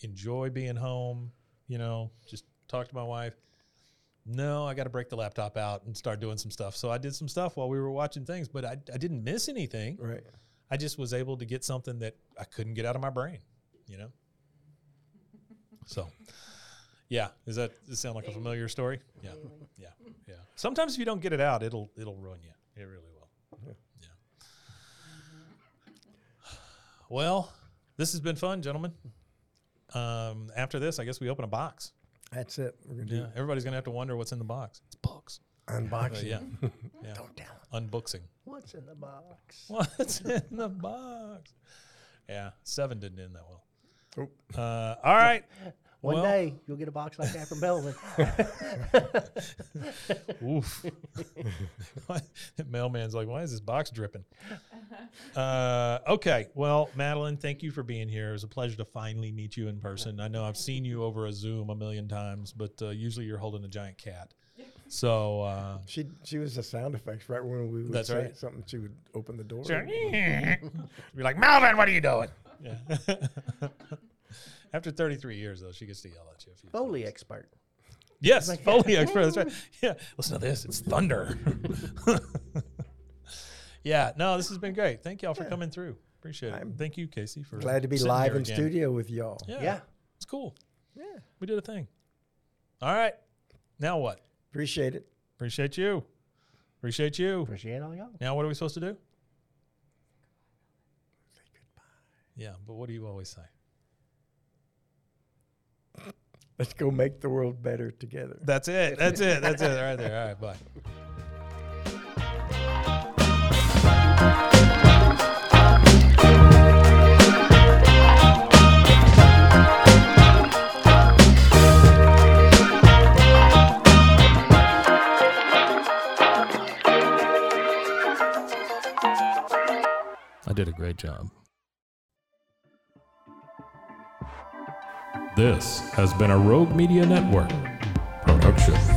Speaker 1: enjoy being home, you know, just talk to my wife. no, I got to break the laptop out and start doing some stuff. So I did some stuff while we were watching things, but I, I didn't miss anything.
Speaker 2: Right.
Speaker 1: I just was able to get something that I couldn't get out of my brain, you know? So, yeah, is that does it sound like a familiar story? Yeah. Yeah. Yeah. Sometimes if you don't get it out, it'll it'll ruin you. It really will. Yeah. Well, this has been fun, gentlemen. Um, after this, I guess we open a box.
Speaker 2: That's it. We're gonna do
Speaker 1: Yeah. Everybody's going to have to wonder what's in the box. It's books.
Speaker 2: unboxing.
Speaker 1: But yeah. Yeah.
Speaker 3: Don't tell 'em
Speaker 1: Unboxing. <laughs>
Speaker 3: What's in the box?
Speaker 1: What's in the box? Yeah, seven didn't end that well.
Speaker 2: Oh.
Speaker 1: Uh, all right.
Speaker 3: One
Speaker 1: Well-
Speaker 3: day you'll get a box like that from Belvin.
Speaker 1: <laughs> Oof. <laughs> Mailman's like, why is this box dripping? Uh, okay. Well, Madeline, thank you for being here. It was a pleasure to finally meet you in person. I know I've seen you over a Zoom a million times, but uh, usually you're holding a giant cat. So, uh,
Speaker 2: She she was the sound effects right when we would
Speaker 1: That's
Speaker 2: say
Speaker 1: right.
Speaker 2: something. She would open the door.
Speaker 1: <laughs> you're like, Madeline, what are you doing? Yeah. <laughs> After 33 years, though, she gets to yell at you. a few times.
Speaker 3: <laughs> Foley expert.
Speaker 1: Yes,
Speaker 2: <laughs>
Speaker 1: Foley Express. That's right. Yeah, listen to this. It's thunder. <laughs> yeah, no, this has been great. Thank y'all for coming through. Appreciate it.
Speaker 2: I'm
Speaker 1: Thank you, Casey, for
Speaker 2: Glad to be
Speaker 1: sitting
Speaker 2: live
Speaker 1: here
Speaker 2: in
Speaker 1: again.
Speaker 2: studio with y'all.
Speaker 1: Yeah,
Speaker 3: Yeah.
Speaker 1: it's cool.
Speaker 2: Yeah.
Speaker 1: We did a thing. All right, now what?
Speaker 2: Appreciate it.
Speaker 1: Appreciate you. Appreciate you.
Speaker 3: Appreciate all y'all.
Speaker 1: Now, what are we supposed to do? Yeah, but what do you always say?
Speaker 2: Let's go make the world better together.
Speaker 1: That's it. That's it. That's it. Right there. All right. Bye. I did a great job. This has been a Rogue Media Network production.